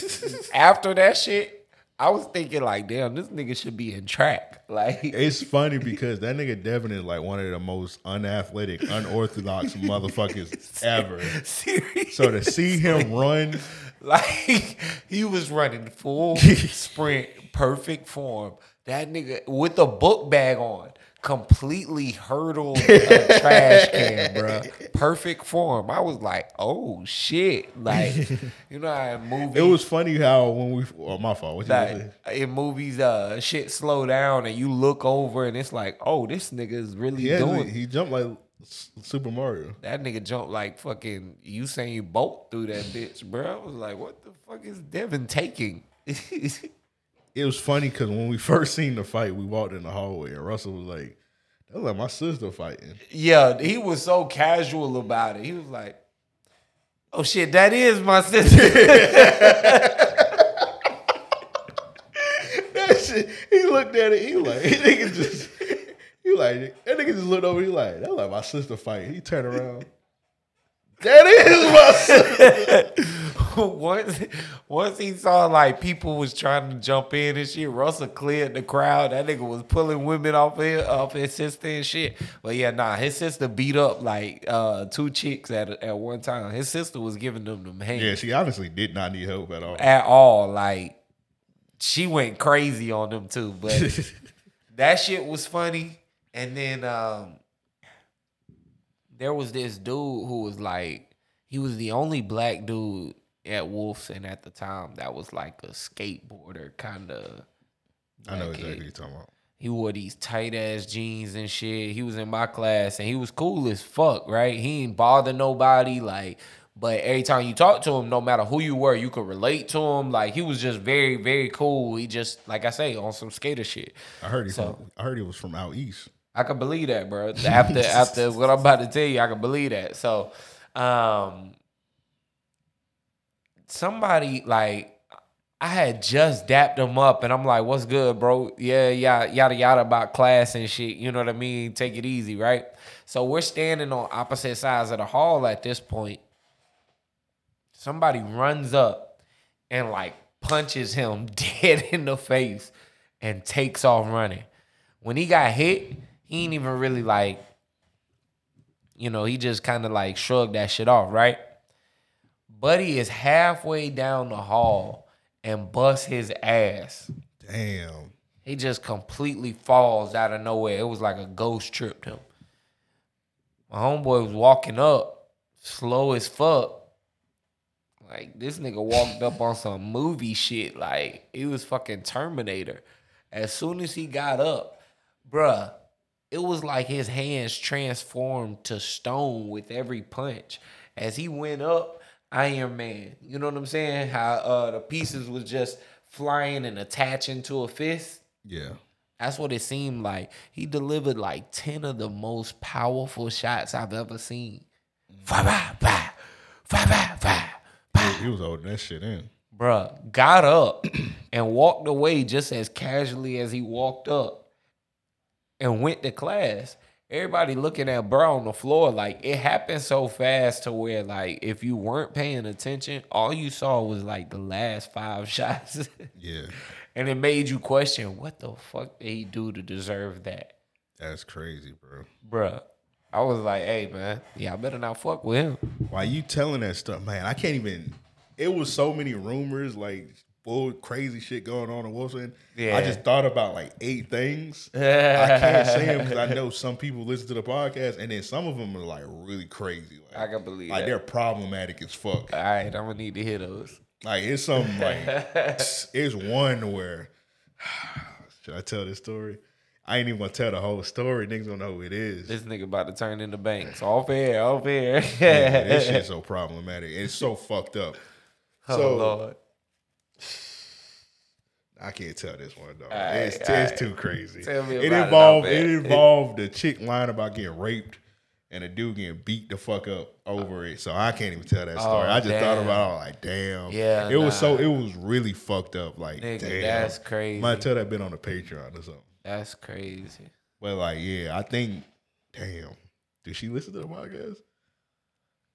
[SPEAKER 5] after that shit, I was thinking like, damn, this nigga should be in track. Like
[SPEAKER 6] It's funny because that nigga Devin is like one of the most unathletic, unorthodox motherfuckers ever.
[SPEAKER 5] serious.
[SPEAKER 6] So to see him run,
[SPEAKER 5] Like he was running full sprint, perfect form, That nigga with the book bag on completely hurdled a trash can, bro. Perfect form. I was like, oh shit. Like, you know how in movies
[SPEAKER 6] It was funny how when we, oh my fault. What you gonna say?
[SPEAKER 5] like in movies uh shit slow down and you look over and it's like, oh, this nigga is really
[SPEAKER 6] He, had-
[SPEAKER 5] doing
[SPEAKER 6] he jumped like S- Super Mario.
[SPEAKER 5] that nigga jumped like fucking Usain Bolt through that bitch, bro. I was like, what the fuck is Devin taking?
[SPEAKER 6] It was funny because when we first seen the fight, we walked in the hallway and Russell was like, "That was like my sister fighting."
[SPEAKER 5] yeah, he was so casual about it. He was like, oh shit, that is my sister.
[SPEAKER 6] That shit, he looked at it. He like, he nigga just, he like, that nigga just looked over. He like, that like my sister fighting. He turned around. That is my sister.
[SPEAKER 5] once, once he saw like people was trying to jump in and shit, Russell cleared the crowd. That nigga was pulling women off his, off his sister and shit. But yeah, nah, his sister beat up like uh, two chicks at at one time. His sister was giving them them hands.
[SPEAKER 6] Yeah, she honestly did not need help at all.
[SPEAKER 5] at all. Like she went crazy on them too. But that shit was funny. And then um there was this dude who was like he was the only black dude at Wolfson at the time that was like a skateboarder kind of
[SPEAKER 6] I know exactly what you're talking about.
[SPEAKER 5] he wore these tight ass jeans and shit. He was in my class and he was cool as fuck, right? He ain't bother nobody, like. But every time you talk to him, no matter who you were, you could relate to him. Like he was just very, very cool. He just, like I say, on some skater shit.
[SPEAKER 6] I heard he.
[SPEAKER 5] So-
[SPEAKER 6] from, I heard he was from out east.
[SPEAKER 5] I can believe that, bro. After after what I'm about to tell you, I can believe that. So, um, somebody like I had just dapped him up, and I'm like, "What's good, bro? Yeah, yeah, yada yada about class and shit. You know what I mean? Take it easy, right?" So we're standing on opposite sides of the hall at this point. Somebody runs up and like punches him dead in the face and takes off running when he got hit, he ain't even really like, you know, he just kind of like shrugged that shit off, right? Buddy is halfway down the hall and busts his ass.
[SPEAKER 6] Damn.
[SPEAKER 5] He just completely falls out of nowhere. It was like a ghost tripped him. My homeboy was walking up, slow as fuck. Like this nigga walked up on some movie shit. Like he was fucking Terminator. As soon as he got up, bruh, it was like his hands transformed to stone with every punch. As he went up, Iron Man. You know what I'm saying? How uh, the pieces was just flying and attaching to a fist.
[SPEAKER 6] Yeah.
[SPEAKER 5] That's what it seemed like. He delivered like 10 of the most powerful shots I've ever seen. Fa ba ba, fa ba ba, ba.
[SPEAKER 6] He was holding that shit in.
[SPEAKER 5] Bruh, got up and walked away just as casually as he walked up and went to class. Everybody looking at bro on the floor, like it happened so fast to where like if you weren't paying attention, all you saw was like the last five shots.
[SPEAKER 6] Yeah.
[SPEAKER 5] and it made you question what the fuck did he do to deserve that,
[SPEAKER 6] That's crazy, bro.
[SPEAKER 5] bruh. I was like, hey man, yeah, I better not fuck with him.
[SPEAKER 6] Why you telling that stuff, man? I can't even. It was so many rumors, like bull crazy shit going on in Wilson. I
[SPEAKER 5] Yeah.
[SPEAKER 6] just thought about like eight things. I can't say them because I know some people listen to the podcast, and then some of them are like really crazy. Like,
[SPEAKER 5] I can believe
[SPEAKER 6] like
[SPEAKER 5] that.
[SPEAKER 6] they're problematic as fuck.
[SPEAKER 5] All right, I'm gonna need to hear those.
[SPEAKER 6] Like it's something like it's one where should I tell this story? I ain't even gonna tell the whole story. Niggas don't know who it is.
[SPEAKER 5] This nigga about to turn into banks. All fair, all fair.
[SPEAKER 6] Yeah, this shit's so problematic. It's so fucked up.
[SPEAKER 5] oh
[SPEAKER 6] so-
[SPEAKER 5] Lord.
[SPEAKER 6] I can't tell this one though.
[SPEAKER 5] right,
[SPEAKER 6] it's
[SPEAKER 5] all
[SPEAKER 6] it's
[SPEAKER 5] right.
[SPEAKER 6] too crazy.
[SPEAKER 5] Tell me
[SPEAKER 6] it
[SPEAKER 5] about it,
[SPEAKER 6] involved
[SPEAKER 5] I'll
[SPEAKER 6] it,
[SPEAKER 5] bet.
[SPEAKER 6] involved the chick lying about getting raped and a dude getting beat the fuck up over it. So I can't even tell that story. I just thought
[SPEAKER 5] Oh, damn.
[SPEAKER 6] about it I was like, damn.
[SPEAKER 5] Yeah,
[SPEAKER 6] It was so
[SPEAKER 5] nah.
[SPEAKER 6] it was really fucked up. Like
[SPEAKER 5] Nigga,
[SPEAKER 6] damn.
[SPEAKER 5] that's crazy.
[SPEAKER 6] Might tell that been on the Patreon or something.
[SPEAKER 5] That's crazy.
[SPEAKER 6] But like, yeah, I think damn. Does she listen to the podcast?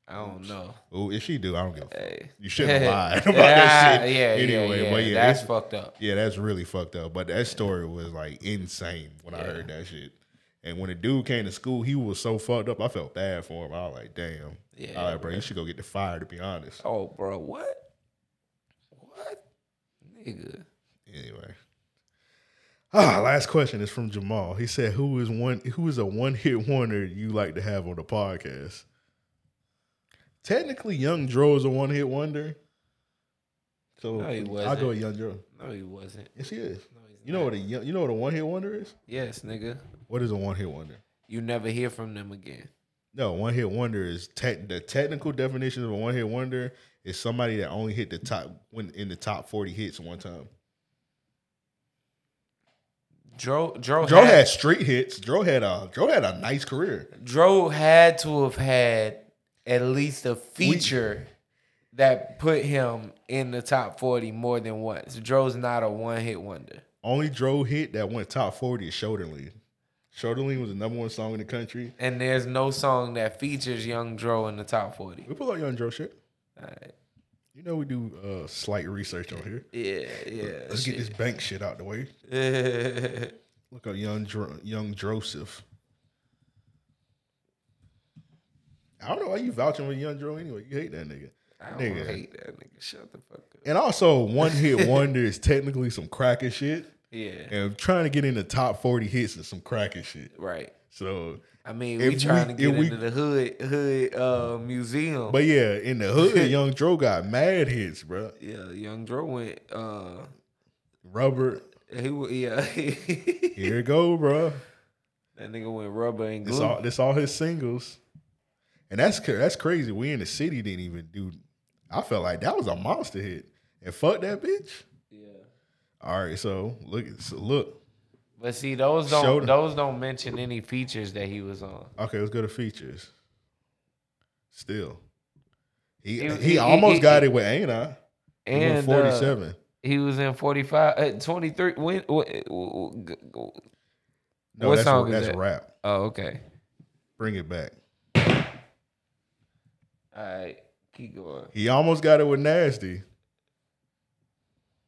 [SPEAKER 5] I don't know.
[SPEAKER 6] Oh, if she do, I don't give a fuck.
[SPEAKER 5] Hey.
[SPEAKER 6] You shouldn't lie about
[SPEAKER 5] yeah,
[SPEAKER 6] that shit.
[SPEAKER 5] Yeah,
[SPEAKER 6] anyway,
[SPEAKER 5] yeah, yeah.
[SPEAKER 6] but yeah,
[SPEAKER 5] that's
[SPEAKER 6] it's-
[SPEAKER 5] fucked up.
[SPEAKER 6] Yeah, that's really fucked up. But that story was like insane when I heard that shit. And when the dude came to school, he was so fucked up. I felt bad for him. I was like, damn.
[SPEAKER 5] Yeah,
[SPEAKER 6] All right, bro, you should go get the fire, to be honest.
[SPEAKER 5] Oh, bro, what? What? Nigga.
[SPEAKER 6] Anyway. Ah, last question is from Jamal. He said, "Who is one? Who is a one-hit wonder you like to have on the podcast?" Technically, Young Dro is a one-hit wonder. So
[SPEAKER 5] No, he
[SPEAKER 6] I'll go
[SPEAKER 5] wasn't.
[SPEAKER 6] with Young Dro.
[SPEAKER 5] No, he wasn't.
[SPEAKER 6] Yes, he is.
[SPEAKER 5] he's
[SPEAKER 6] you know what a young, you know what a one-hit wonder is?
[SPEAKER 5] Yes, nigga.
[SPEAKER 6] What is a one-hit wonder?
[SPEAKER 5] You never hear from them again.
[SPEAKER 6] No, one hit wonder is tech the technical definition of a one hit wonder is somebody that only hit the top when in the top forty hits one time.
[SPEAKER 5] Dro Dro,
[SPEAKER 6] Dro
[SPEAKER 5] had,
[SPEAKER 6] had street hits. Dro had a Dro had a nice career.
[SPEAKER 5] Dro had to have had at least a feature that put him in the top forty more than once. Dro's not a one hit wonder.
[SPEAKER 6] Only Dro hit that went top forty is Shoulder Lean. Shoulder Lean was the number one song in the country.
[SPEAKER 5] And there's no song that features Young Dro in the top forty.
[SPEAKER 6] We pull out Young Dro shit.
[SPEAKER 5] Alright.
[SPEAKER 6] You know we do uh, slight research on here.
[SPEAKER 5] Yeah, yeah.
[SPEAKER 6] Let's get this bank shit out the way.
[SPEAKER 5] shit.
[SPEAKER 6] Look up Young Dro, Young Droseph. I don't know why you vouching for Young Dro anyway. You hate that nigga.
[SPEAKER 5] I don't
[SPEAKER 6] Nigga.
[SPEAKER 5] hate that nigga. Shut the fuck up.
[SPEAKER 6] And also, one hit wonder is technically some cracking shit.
[SPEAKER 5] Yeah.
[SPEAKER 6] And trying to get in the top 40 hits is some cracking shit.
[SPEAKER 5] Right.
[SPEAKER 6] So,
[SPEAKER 5] I mean,
[SPEAKER 6] If
[SPEAKER 5] we trying
[SPEAKER 6] we-
[SPEAKER 5] to get
[SPEAKER 6] if we-
[SPEAKER 5] into the hood hood uh, museum.
[SPEAKER 6] but yeah, in the hood, Young Dro got mad hits, bro.
[SPEAKER 5] yeah, Young Dro went. Uh,
[SPEAKER 6] Rubber,
[SPEAKER 5] he wa- yeah. that
[SPEAKER 6] here it go, bro.
[SPEAKER 5] nigga went rubber and
[SPEAKER 6] That's
[SPEAKER 5] glue.
[SPEAKER 6] all, that's all his singles. And that's cra- that's crazy. We in the city didn't even do. I felt like that was a monster hit. And fuck that bitch.
[SPEAKER 5] yeah.
[SPEAKER 6] All right, so look, so look.
[SPEAKER 5] But see, those don't
[SPEAKER 6] Shoulder.
[SPEAKER 5] those don't mention any features that he was on.
[SPEAKER 6] Okay, let's go to features. Still, he
[SPEAKER 5] He-
[SPEAKER 6] he,
[SPEAKER 5] he-
[SPEAKER 6] almost
[SPEAKER 5] he-
[SPEAKER 6] got it with Ain't I? He went
[SPEAKER 5] And uh,
[SPEAKER 6] 47.
[SPEAKER 5] he was in 45, uh, 23. When, what, oh,
[SPEAKER 6] no,
[SPEAKER 5] what
[SPEAKER 6] that's,
[SPEAKER 5] song is
[SPEAKER 6] that's
[SPEAKER 5] that?
[SPEAKER 6] rap.
[SPEAKER 5] okay.
[SPEAKER 6] Bring it back.
[SPEAKER 5] All right. Keep going.
[SPEAKER 6] He almost got it with Nasty.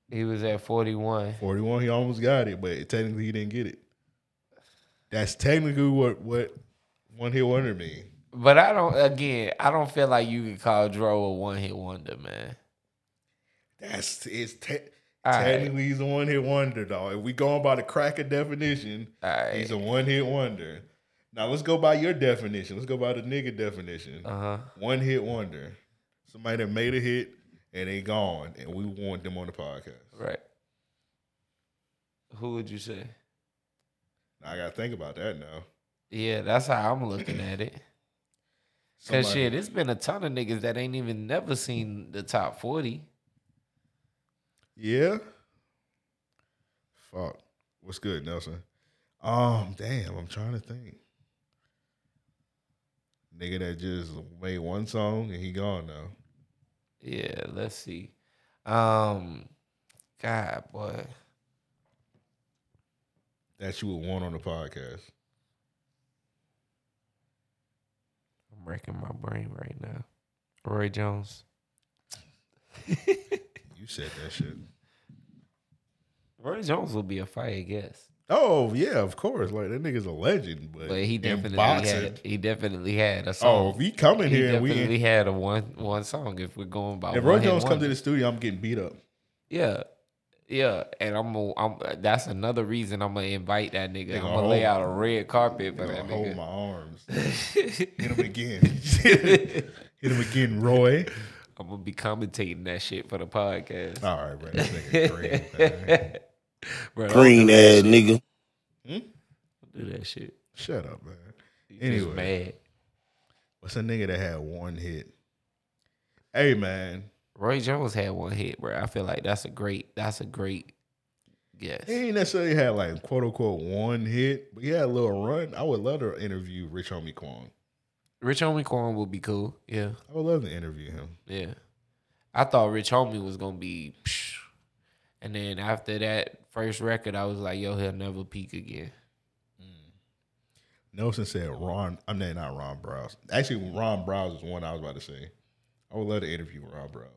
[SPEAKER 5] He was at 41.
[SPEAKER 6] 41, he almost got it, but technically he didn't get it. That's technically what what one hit wonder mean.
[SPEAKER 5] But I don't, again, I don't feel like you can call Dro a one hit wonder, man.
[SPEAKER 6] That's it's te-
[SPEAKER 5] All right.
[SPEAKER 6] technically he's a one hit wonder, dog. If we going by the cracker definition,
[SPEAKER 5] All right.
[SPEAKER 6] he's a one hit wonder. Now let's go by your definition. Let's go by the nigga definition.
[SPEAKER 5] Uh huh.
[SPEAKER 6] One hit wonder. Somebody that made a hit and they gone, and we want them on the podcast.
[SPEAKER 5] Right. Who would you say?
[SPEAKER 6] Now I gotta think about that now.
[SPEAKER 5] Yeah, that's how I'm looking at it. Cause
[SPEAKER 6] Somebody-
[SPEAKER 5] shit, it's been a ton of niggas that ain't even never seen the top forty.
[SPEAKER 6] Yeah. Fuck. What's good, Nelson? Um, damn, I'm trying to think. Nigga that just made one song and he gone now.
[SPEAKER 5] Yeah, let's see. Um, God, boy,
[SPEAKER 6] That you would want on the podcast.
[SPEAKER 5] I'm wrecking my brain right now. Roy Jones.
[SPEAKER 6] You said that shit.
[SPEAKER 5] Roy Jones will be a fire guest,
[SPEAKER 6] Oh yeah, of course. Like that nigga's a legend, but,
[SPEAKER 5] but he
[SPEAKER 6] in
[SPEAKER 5] definitely
[SPEAKER 6] boxing-
[SPEAKER 5] had he definitely had a
[SPEAKER 6] Oh,
[SPEAKER 5] song.
[SPEAKER 6] if he come in
[SPEAKER 5] he
[SPEAKER 6] here and we
[SPEAKER 5] definitely had a one one song. If we're going by
[SPEAKER 6] if Roy
[SPEAKER 5] one hit
[SPEAKER 6] Jones comes
[SPEAKER 5] wonder.
[SPEAKER 6] to the studio, I'm getting beat up.
[SPEAKER 5] Yeah. Yeah, and I'm, a, I'm that's another reason I'm gonna invite that nigga.
[SPEAKER 6] Nigga,
[SPEAKER 5] I'm gonna lay
[SPEAKER 6] hold-
[SPEAKER 5] out a red carpet for
[SPEAKER 6] Gonna
[SPEAKER 5] that
[SPEAKER 6] hold
[SPEAKER 5] nigga.
[SPEAKER 6] my oh arms. Hit him again. Hit him again, Roy.
[SPEAKER 5] I'm gonna be commentating that shit for the podcast.
[SPEAKER 6] All right, bro. This nigga great, man.
[SPEAKER 5] Bro,
[SPEAKER 3] Green ass nigga.
[SPEAKER 5] Hmm? don't do that shit.
[SPEAKER 6] Shut up, man.
[SPEAKER 5] You
[SPEAKER 6] Anyway.
[SPEAKER 5] just mad.
[SPEAKER 6] What's a nigga that had one hit? Hey man,
[SPEAKER 5] Roy Jones had one hit, bro. I feel like that's a great. That's a great guess.
[SPEAKER 6] he ain't necessarily had like quote unquote one hit, but he had a little run. I would love to interview Rich Homie Kwong.
[SPEAKER 5] Rich Homie Quan would be cool. Yeah,
[SPEAKER 6] I would love to interview him.
[SPEAKER 5] yeah. I thought Rich Homie was gonna be, psh. and then after that first record, I was like, yo, he'll never peak again.
[SPEAKER 6] Nelson said Ron. I'm mean, not Ron Browse. Actually, Ron Browse is one I was about to say. I would love to interview Ron Browse.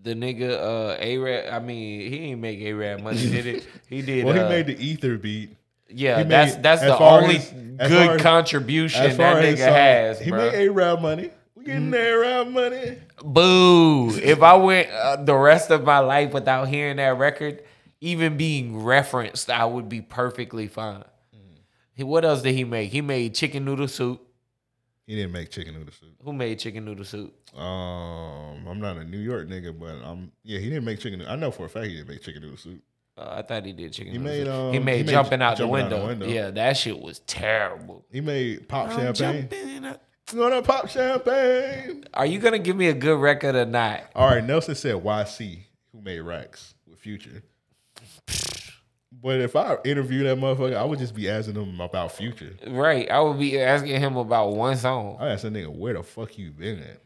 [SPEAKER 5] The nigga, uh, A Rap. I mean, he ain't make A Rap money, did it? He did.
[SPEAKER 6] Well,
[SPEAKER 5] uh,
[SPEAKER 6] he made the Ether beat.
[SPEAKER 5] yeah,
[SPEAKER 6] he made-
[SPEAKER 5] that's that's
[SPEAKER 6] as
[SPEAKER 5] the
[SPEAKER 6] far
[SPEAKER 5] only
[SPEAKER 6] as- as far
[SPEAKER 5] good
[SPEAKER 6] as-
[SPEAKER 5] contribution
[SPEAKER 6] As far
[SPEAKER 5] that nigga
[SPEAKER 6] as, uh,
[SPEAKER 5] has,
[SPEAKER 6] he
[SPEAKER 5] bro. Mm-hmm.
[SPEAKER 6] made a rap money. We getting a rap money.
[SPEAKER 5] Boo! If I went uh, the rest of my life without hearing that record, even being referenced, I would be perfectly fine. He, what else did he make? He made chicken noodle soup.
[SPEAKER 6] He didn't make chicken noodle soup.
[SPEAKER 5] Who made chicken noodle soup?
[SPEAKER 6] Um, I'm not a New York nigga, but um, yeah, he didn't make chicken. I know for a fact he didn't make chicken noodle soup.
[SPEAKER 5] Uh, I thought he did chicken.
[SPEAKER 6] He
[SPEAKER 5] noodle
[SPEAKER 6] made,
[SPEAKER 5] soup.
[SPEAKER 6] um,
[SPEAKER 5] he
[SPEAKER 6] he
[SPEAKER 5] made
[SPEAKER 6] made
[SPEAKER 5] jumping, out, the
[SPEAKER 6] Jumping Out
[SPEAKER 5] window.
[SPEAKER 6] the Window.
[SPEAKER 5] Yeah, that shit was terrible.
[SPEAKER 6] He made pop
[SPEAKER 5] I'm
[SPEAKER 6] champagne.
[SPEAKER 5] jumping out-
[SPEAKER 6] You wanna pop champagne?
[SPEAKER 5] Are you gonna give me a good record or not?
[SPEAKER 6] All right, Nelson said YC, who made Racks with Future. But if I interview that motherfucker, I would just be asking him about Future.
[SPEAKER 5] Right, I would be asking him about one song.
[SPEAKER 6] I asked that nigga, where the fuck you been at?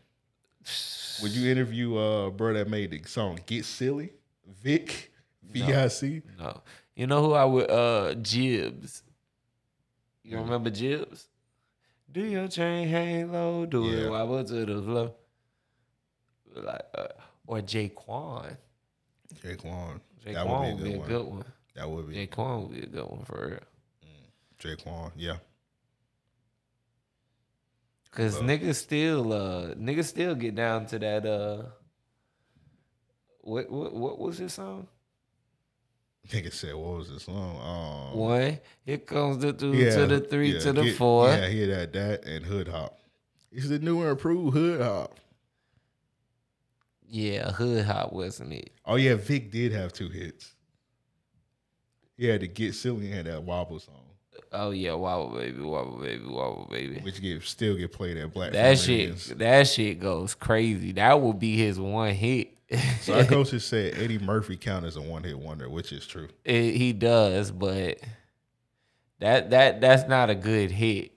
[SPEAKER 6] Would you interview uh bro that made the song Get Silly? Vic? V-I-C?
[SPEAKER 5] No, you know who I would? Uh, Jibs. You
[SPEAKER 6] Mm-hmm.
[SPEAKER 5] remember Jibs? Do your chain hang low? Do
[SPEAKER 6] Yeah.
[SPEAKER 5] it wobble to the floor? Like, uh, or Jaquan.
[SPEAKER 6] Jaquan. That
[SPEAKER 5] Jaquan
[SPEAKER 6] would be a good one.
[SPEAKER 5] good one.
[SPEAKER 6] That would be
[SPEAKER 5] Jaquan would be a good one for real.
[SPEAKER 6] Jaquan. Yeah.
[SPEAKER 5] Cause niggas still uh niggas still get down to that uh what what what was his song?
[SPEAKER 6] Nigga said, what was this song? Um,
[SPEAKER 5] One, here comes the two to the three
[SPEAKER 6] yeah,
[SPEAKER 5] to the
[SPEAKER 6] get-
[SPEAKER 5] four.
[SPEAKER 6] Yeah, hear that, that, and hood hop. It's the new and improved hood hop.
[SPEAKER 5] Yeah, hood hop wasn't it?
[SPEAKER 6] Oh yeah, Vic did have two hits. He had to get silly and had that wobble song,
[SPEAKER 5] Oh yeah, wobble baby, wobble baby, wobble baby.
[SPEAKER 6] which get still get played at black.
[SPEAKER 5] That
[SPEAKER 6] Fumarians.
[SPEAKER 5] shit that shit goes crazy. That would be his one hit.
[SPEAKER 6] Psychosis said Eddie Murphy count as a one hit wonder, which is true.
[SPEAKER 5] It- he does, but that that that's not a good hit.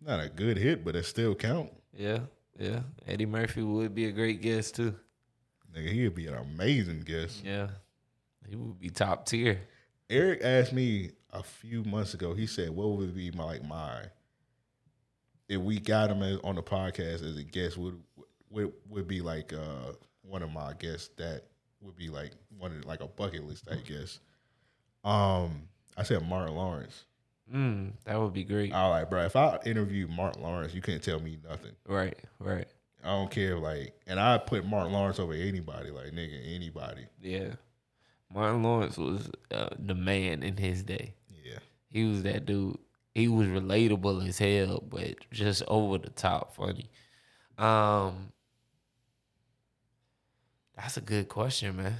[SPEAKER 6] Not a good hit, but it still count.
[SPEAKER 5] Yeah, yeah. Eddie Murphy would be a great guest too.
[SPEAKER 6] Nigga, he'd be an amazing guest.
[SPEAKER 5] Yeah. He would be top tier.
[SPEAKER 6] Eric asked me a few months ago. He said, "What would be my like my if we got him as, on the podcast as a guest? Would would would be like uh, one of my guests that would be like one of like a bucket list, I guess." Um, I said Martin Lawrence.
[SPEAKER 5] Mm, that would be great.
[SPEAKER 6] I was like, bro, if I interview Martin Lawrence, you can't tell me nothing.
[SPEAKER 5] right, right.
[SPEAKER 6] I don't care. Like, and I put Martin Lawrence over anybody. Like, nigga, anybody.
[SPEAKER 5] Yeah. Martin Lawrence was uh, the man in his day.
[SPEAKER 6] Yeah.
[SPEAKER 5] He was that dude. He was relatable as hell, but just over the top funny. Um That's a good question, man.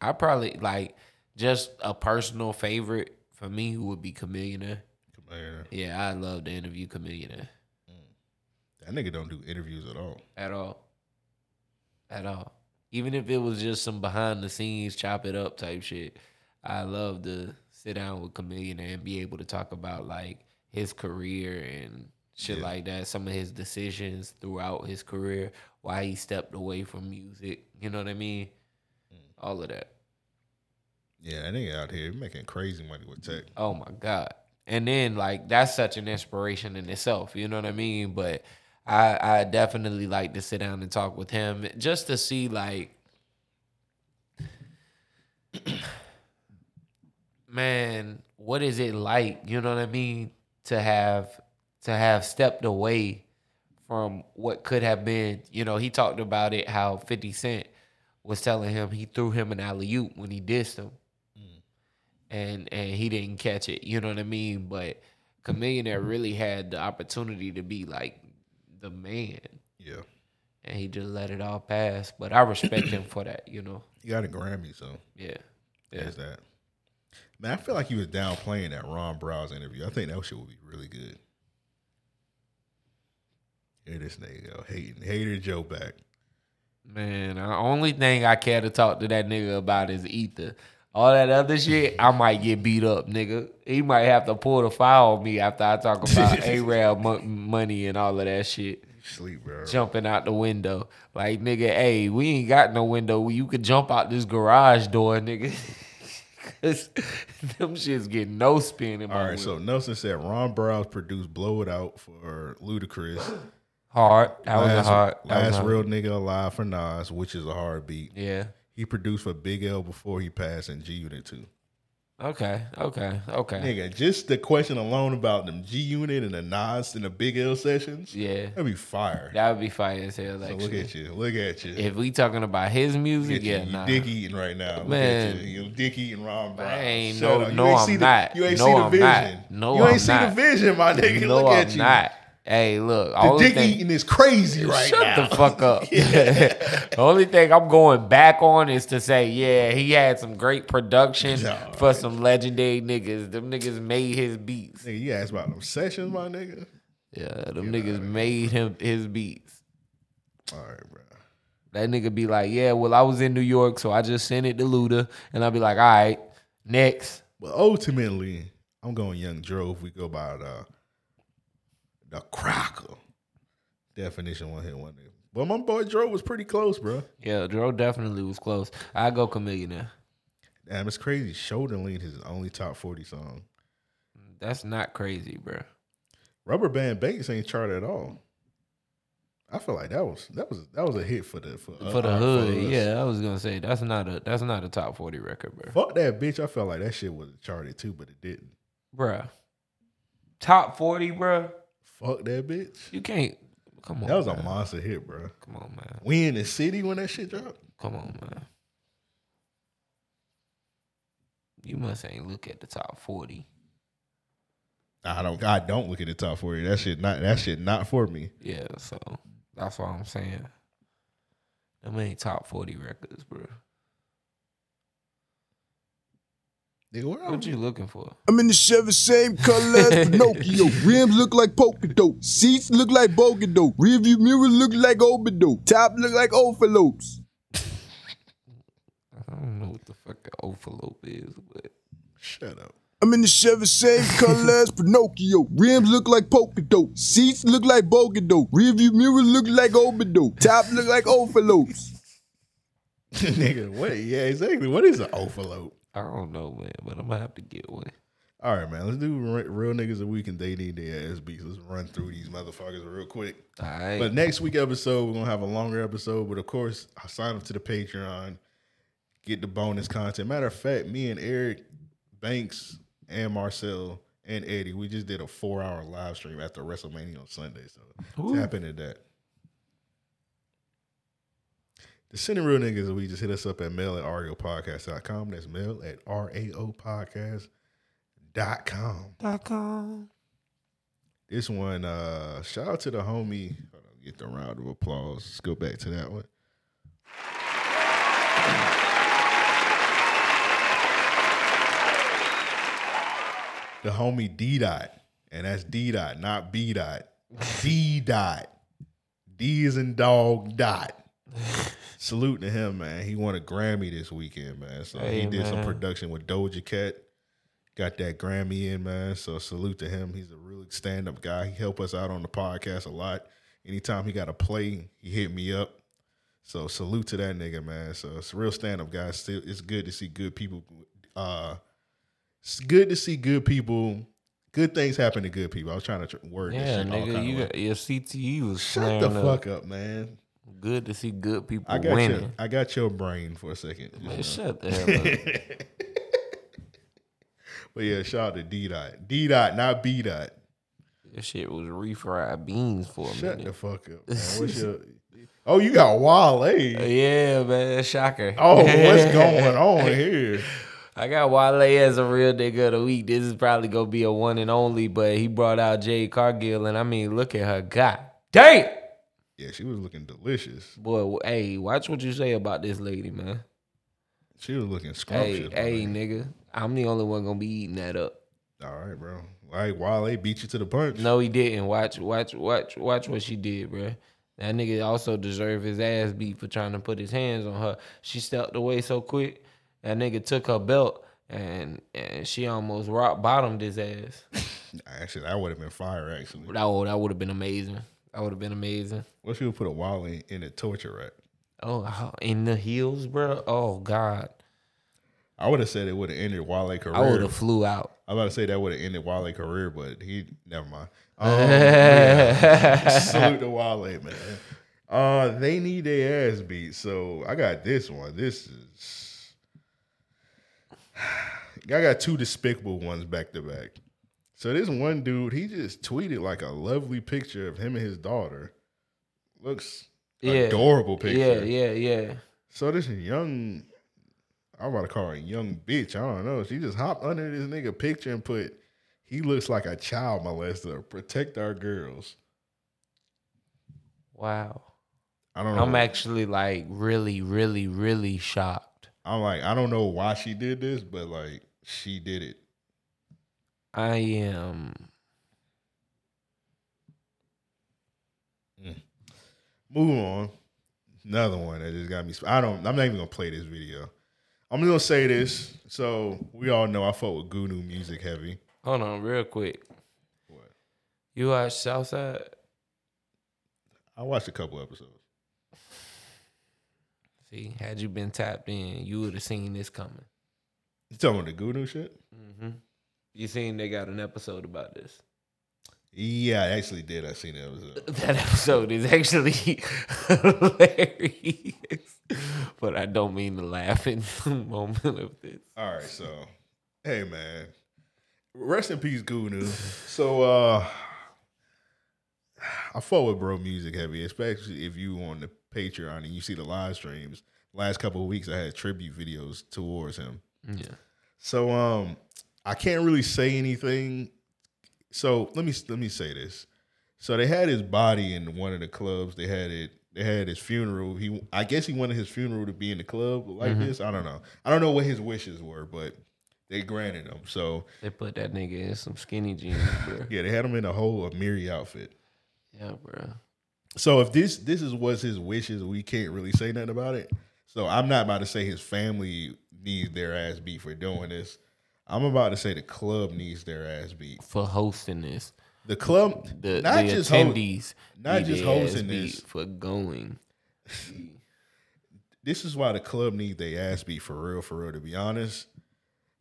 [SPEAKER 5] I probably like just a personal favorite for me would be Chameleonaire.
[SPEAKER 6] Come here.
[SPEAKER 5] Yeah, I love to interview Chameleonaire.
[SPEAKER 6] That nigga don't do interviews at all.
[SPEAKER 5] at all. At all. Even if it was just some behind the scenes, chop it up type shit. I love to sit down with Chameleon and be able to talk about like his career and shit
[SPEAKER 6] Yeah.
[SPEAKER 5] like that. Some of his decisions throughout his career, why he stepped away from music. You know what I mean? All of that.
[SPEAKER 6] Yeah, that nigga out here making crazy money with tech.
[SPEAKER 5] Oh my God. And then like that's such an inspiration in itself, you know what I mean? But I I definitely like to sit down and talk with him just to see like man, what is it like, you know what I mean, to have to have stepped away from what could have been, you know, he talked about it how 50 Cent was telling him he threw him an alley oop when he dissed him and and he didn't catch it. You know what I mean? But Chameleonaire really had the opportunity to be like the man,
[SPEAKER 6] Yeah,
[SPEAKER 5] and he just let it all pass. But I respect him for that. You know?
[SPEAKER 6] he got a Grammy, so
[SPEAKER 5] Yeah. Yeah.
[SPEAKER 6] there's that. Man, I feel like he was downplaying that Ron Browse interview. I think that shit would be really good. Here this nigga go hating, hater Joe back.
[SPEAKER 5] Man, the only thing I care to talk to that nigga about is Ether. All that other shit, I might get beat up, nigga. He might have to pull the file on me after I talk about A-Rab mo- money and all of that shit.
[SPEAKER 6] Sleep, bro.
[SPEAKER 5] jumping out the window. Like, nigga, hey, we ain't got no window. You could jump out this garage door, nigga. Cause them shits get no spin in my
[SPEAKER 6] All right,
[SPEAKER 5] wheel.
[SPEAKER 6] so Nelson said Ron Browse produced "Blow It Out" for Ludacris.
[SPEAKER 5] hard. That was a
[SPEAKER 6] last,
[SPEAKER 5] hard. That was
[SPEAKER 6] last
[SPEAKER 5] a hard-
[SPEAKER 6] real nigga alive for Nas, which is a hard beat.
[SPEAKER 5] Yeah.
[SPEAKER 6] He produced for Big L before he passed in G Unit 2.
[SPEAKER 5] Okay, okay, okay.
[SPEAKER 6] Nigga, just the question alone about them G Unit and the Nas and the Big L sessions.
[SPEAKER 5] Yeah,
[SPEAKER 6] That'd be fire.
[SPEAKER 5] that would be fire as hell.
[SPEAKER 6] so
[SPEAKER 5] Actually,
[SPEAKER 6] look at you. Look at you.
[SPEAKER 5] if we talking about his music,
[SPEAKER 6] Get you,
[SPEAKER 5] yeah,
[SPEAKER 6] you
[SPEAKER 5] nah.
[SPEAKER 6] dick eating right now. Look
[SPEAKER 5] Man.
[SPEAKER 6] at you. You dick eating Ron Brown.
[SPEAKER 5] I ain't
[SPEAKER 6] Shut
[SPEAKER 5] no,
[SPEAKER 6] up. You
[SPEAKER 5] no,
[SPEAKER 6] ain't
[SPEAKER 5] I'm
[SPEAKER 6] see the-
[SPEAKER 5] not.
[SPEAKER 6] You ain't
[SPEAKER 5] no,
[SPEAKER 6] see the
[SPEAKER 5] I'm
[SPEAKER 6] vision.
[SPEAKER 5] Not. No,
[SPEAKER 6] you ain't
[SPEAKER 5] I'm
[SPEAKER 6] see
[SPEAKER 5] not.
[SPEAKER 6] the vision, my nigga.
[SPEAKER 5] No,
[SPEAKER 6] look
[SPEAKER 5] I'm
[SPEAKER 6] at you.
[SPEAKER 5] not. Hey, look,
[SPEAKER 6] The
[SPEAKER 5] only
[SPEAKER 6] dick
[SPEAKER 5] thing,
[SPEAKER 6] eating is crazy right
[SPEAKER 5] Shut
[SPEAKER 6] now.
[SPEAKER 5] the fuck up. the only thing I'm going back on is to say, yeah, he had some great production
[SPEAKER 6] Nah,
[SPEAKER 5] for some legendary niggas. Them niggas made his beats.
[SPEAKER 6] Nigga, you asked about them sessions, my nigga.
[SPEAKER 5] Yeah, them niggas made him his beats.
[SPEAKER 6] All right, bro.
[SPEAKER 5] That nigga be like, yeah, well, I was in New York, so I just sent it to Luda, and I'll be like, all right, next.
[SPEAKER 6] But ultimately, I'm going Young Dro if we go by the the cracker definition one hit one nigga. But my boy Dro was pretty close, bro.
[SPEAKER 5] Yeah, Dro definitely was close. I go Chameleon.
[SPEAKER 6] Damn, it's crazy. Shoulder Lean is his only top forty song.
[SPEAKER 5] That's not crazy, bro.
[SPEAKER 6] Rubber Band Bass ain't charted at all. I feel like that was that was that was a hit for the for,
[SPEAKER 5] For the
[SPEAKER 6] uh,
[SPEAKER 5] hood,
[SPEAKER 6] us.
[SPEAKER 5] yeah, I was gonna say that's not a that's not a top forty record, bro.
[SPEAKER 6] Fuck that bitch. I felt like that shit was charted too, but it didn't.
[SPEAKER 5] Bruh. Top 40, bruh.
[SPEAKER 6] Fuck that bitch.
[SPEAKER 5] You can't. Come on.
[SPEAKER 6] That was a
[SPEAKER 5] man.
[SPEAKER 6] monster hit, bro.
[SPEAKER 5] Come on, man.
[SPEAKER 6] We in the city when that shit dropped.
[SPEAKER 5] Come on, man. You must ain't look at the top 40.
[SPEAKER 6] I don't. I don't look at the top forty. That shit not. That shit not for me.
[SPEAKER 5] Yeah, so that's what I'm saying. Them ain't top 40 records, bruh.
[SPEAKER 6] Nigga, where
[SPEAKER 5] What you looking for?
[SPEAKER 9] I'm in the Chevy, same color as Pinocchio. Rims look like polka dot. Seats look like bogey dot. Rearview mirror look like Obido. Top look like Ophelopes.
[SPEAKER 5] I don't know what the fuck an overlope is, but
[SPEAKER 6] Shut up.
[SPEAKER 9] I'm in the Chevy, same color as Pinocchio. Rims look like polka dot. Seats look like bogey dot. Rearview mirror look like Obido. Top look like Ophelopes.
[SPEAKER 6] Nigga, what? Yeah, exactly. What is an overload?
[SPEAKER 5] I don't know, man. But I'm gonna have to get one.
[SPEAKER 6] All right, man. Let's do re- real niggas a week and they need their ass beats. Let's run through these motherfuckers real quick.
[SPEAKER 5] All right.
[SPEAKER 6] But next week episode, we're gonna have a longer episode. But of course, I sign up to the Patreon, get the bonus content. Matter of fact, me and Eric Banks and Marcel and Eddie, we just did a four-hour live stream after WrestleMania on Sunday. So tap into that. The Sending Real Niggas we just hit us up at mail at ariopodcast.com. That's mail at raopodcast.com. This one, uh, shout out to the homie. Hold on, get the round of applause. Let's go back to that one. The homie D dot, and that's D dot, not B dot. D dot. D is in dog dot. Salute to him, man. He won a Grammy this weekend, man. So he
[SPEAKER 5] Hey,
[SPEAKER 6] did some
[SPEAKER 5] man.
[SPEAKER 6] production with Doja Cat. Got that Grammy in, man. So salute to him. He's a real stand up guy. He helped us out on the podcast a lot. Anytime he got a play, he hit me up. So salute to that nigga, man. So it's real stand up, guys. Still, it's good to see good people. Uh, it's good to see good people. Good things happen to good people. I was trying to tr- word this
[SPEAKER 5] yeah,
[SPEAKER 6] shit. all
[SPEAKER 5] nigga,
[SPEAKER 6] kinda
[SPEAKER 5] you
[SPEAKER 6] way.
[SPEAKER 5] got, your CTE was
[SPEAKER 6] shut the
[SPEAKER 5] flaring up.
[SPEAKER 6] fuck up, man.
[SPEAKER 5] Good to see good people
[SPEAKER 6] I got
[SPEAKER 5] winning.
[SPEAKER 6] your, I got your brain for a second.
[SPEAKER 5] Man, shut the hell up.
[SPEAKER 6] But yeah, shout out to D dot, D dot, not B dot.
[SPEAKER 5] this shit was refried beans for a
[SPEAKER 6] Shut the
[SPEAKER 5] minute.
[SPEAKER 6] fuck up. Man. What's your? Oh, you got Wale.
[SPEAKER 5] Uh, yeah, man. Shocker.
[SPEAKER 6] Oh, what's going on here?
[SPEAKER 5] I got Wale as a real nigga of the week. This is probably gonna be a one and only, but he brought out Jade Cargill, and I mean, look at her. God damn,
[SPEAKER 6] Yeah, she was looking delicious.
[SPEAKER 5] boy. w- Hey, watch what you say about this lady, man.
[SPEAKER 6] She was looking
[SPEAKER 5] Hey,
[SPEAKER 6] scrumptious. my
[SPEAKER 5] hey,
[SPEAKER 6] nigga.
[SPEAKER 5] nigga. I'm the only one gonna be eating that up.
[SPEAKER 6] All right, bro. Like Wale beat you to the punch.
[SPEAKER 5] No, he didn't. Watch, watch, watch, watch what she did, bruh. That nigga also deserved his ass beat for trying to put his hands on her. She stepped away so quick. That nigga took her belt and and she almost rock bottomed his ass.
[SPEAKER 6] Actually, that would have been fire. Actually,
[SPEAKER 5] That would that would have been amazing. That would have been amazing.
[SPEAKER 6] what if you would put a Wale in a torture rack?
[SPEAKER 5] Oh, oh, in the heels, bruh. Oh God,
[SPEAKER 6] I would have said it would have ended Wale career.
[SPEAKER 5] I would have flew out.
[SPEAKER 6] I was about to say that would have ended Wale career, but he never mind. Um, yeah. Salute to Wale, man. Uh, they need their ass beat. So I got this one. This is I got two despicable ones back to back. So this one dude, he just tweeted like a lovely picture of him and his daughter. Looks adorable picture.
[SPEAKER 5] Yeah, yeah, yeah.
[SPEAKER 6] So this young, I'm about to call her a young bitch. I don't know. She just hopped under this nigga picture and put, he looks like a child molester. Protect our girls.
[SPEAKER 5] Wow.
[SPEAKER 6] I don't know.
[SPEAKER 5] I'm actually like really, really, really shocked.
[SPEAKER 6] I'm like, I don't know why she did this, but like she did it.
[SPEAKER 5] I am.
[SPEAKER 6] Moving on. Another one that just got me. sp- I don't. I'm not even gonna play this video. I'm just gonna say this. So we all know I fuck with Gunu music heavy.
[SPEAKER 5] Hold on, real quick.
[SPEAKER 6] What?
[SPEAKER 5] You watch Southside?
[SPEAKER 6] I watched a couple episodes.
[SPEAKER 5] See, had you been tapped in, you would have seen this coming.
[SPEAKER 6] You talking about the Gunu shit?
[SPEAKER 5] You seen they got an episode about this.
[SPEAKER 6] Yeah, I actually did. I seen the episode.
[SPEAKER 5] That episode is actually hilarious, but I don't mean to laugh in the moment of this.
[SPEAKER 6] All right, so hey man, rest in peace, Gunu. So uh, I fuck with bro music heavy, especially if you on the Patreon and you see the live streams. Last couple of weeks, I had tribute videos towards him.
[SPEAKER 5] Yeah.
[SPEAKER 6] So um, I can't really say anything. So let me let me say this. So they had his body in one of the clubs. They had it. They had his funeral. He, I guess he wanted his funeral to be in the club like this. I don't know. I don't know what his wishes were, but they granted him. So
[SPEAKER 5] They put that nigga in some skinny jeans, bro.
[SPEAKER 6] yeah, they had him in a whole Amiri outfit.
[SPEAKER 5] Yeah, bro.
[SPEAKER 6] So if this this is was his wishes, we can't really say nothing about it. So I'm not about to say his family needs their ass beat for doing this. I'm about to say the club needs their ass beat.
[SPEAKER 5] For hosting this,
[SPEAKER 6] The club,
[SPEAKER 5] the,
[SPEAKER 6] not
[SPEAKER 5] the
[SPEAKER 6] just ho-
[SPEAKER 5] attendees,
[SPEAKER 6] not
[SPEAKER 5] need
[SPEAKER 6] just
[SPEAKER 5] their ass
[SPEAKER 6] hosting
[SPEAKER 5] beat
[SPEAKER 6] this.
[SPEAKER 5] for going.
[SPEAKER 6] this is why the club need they ass beat for real, for real. To be honest,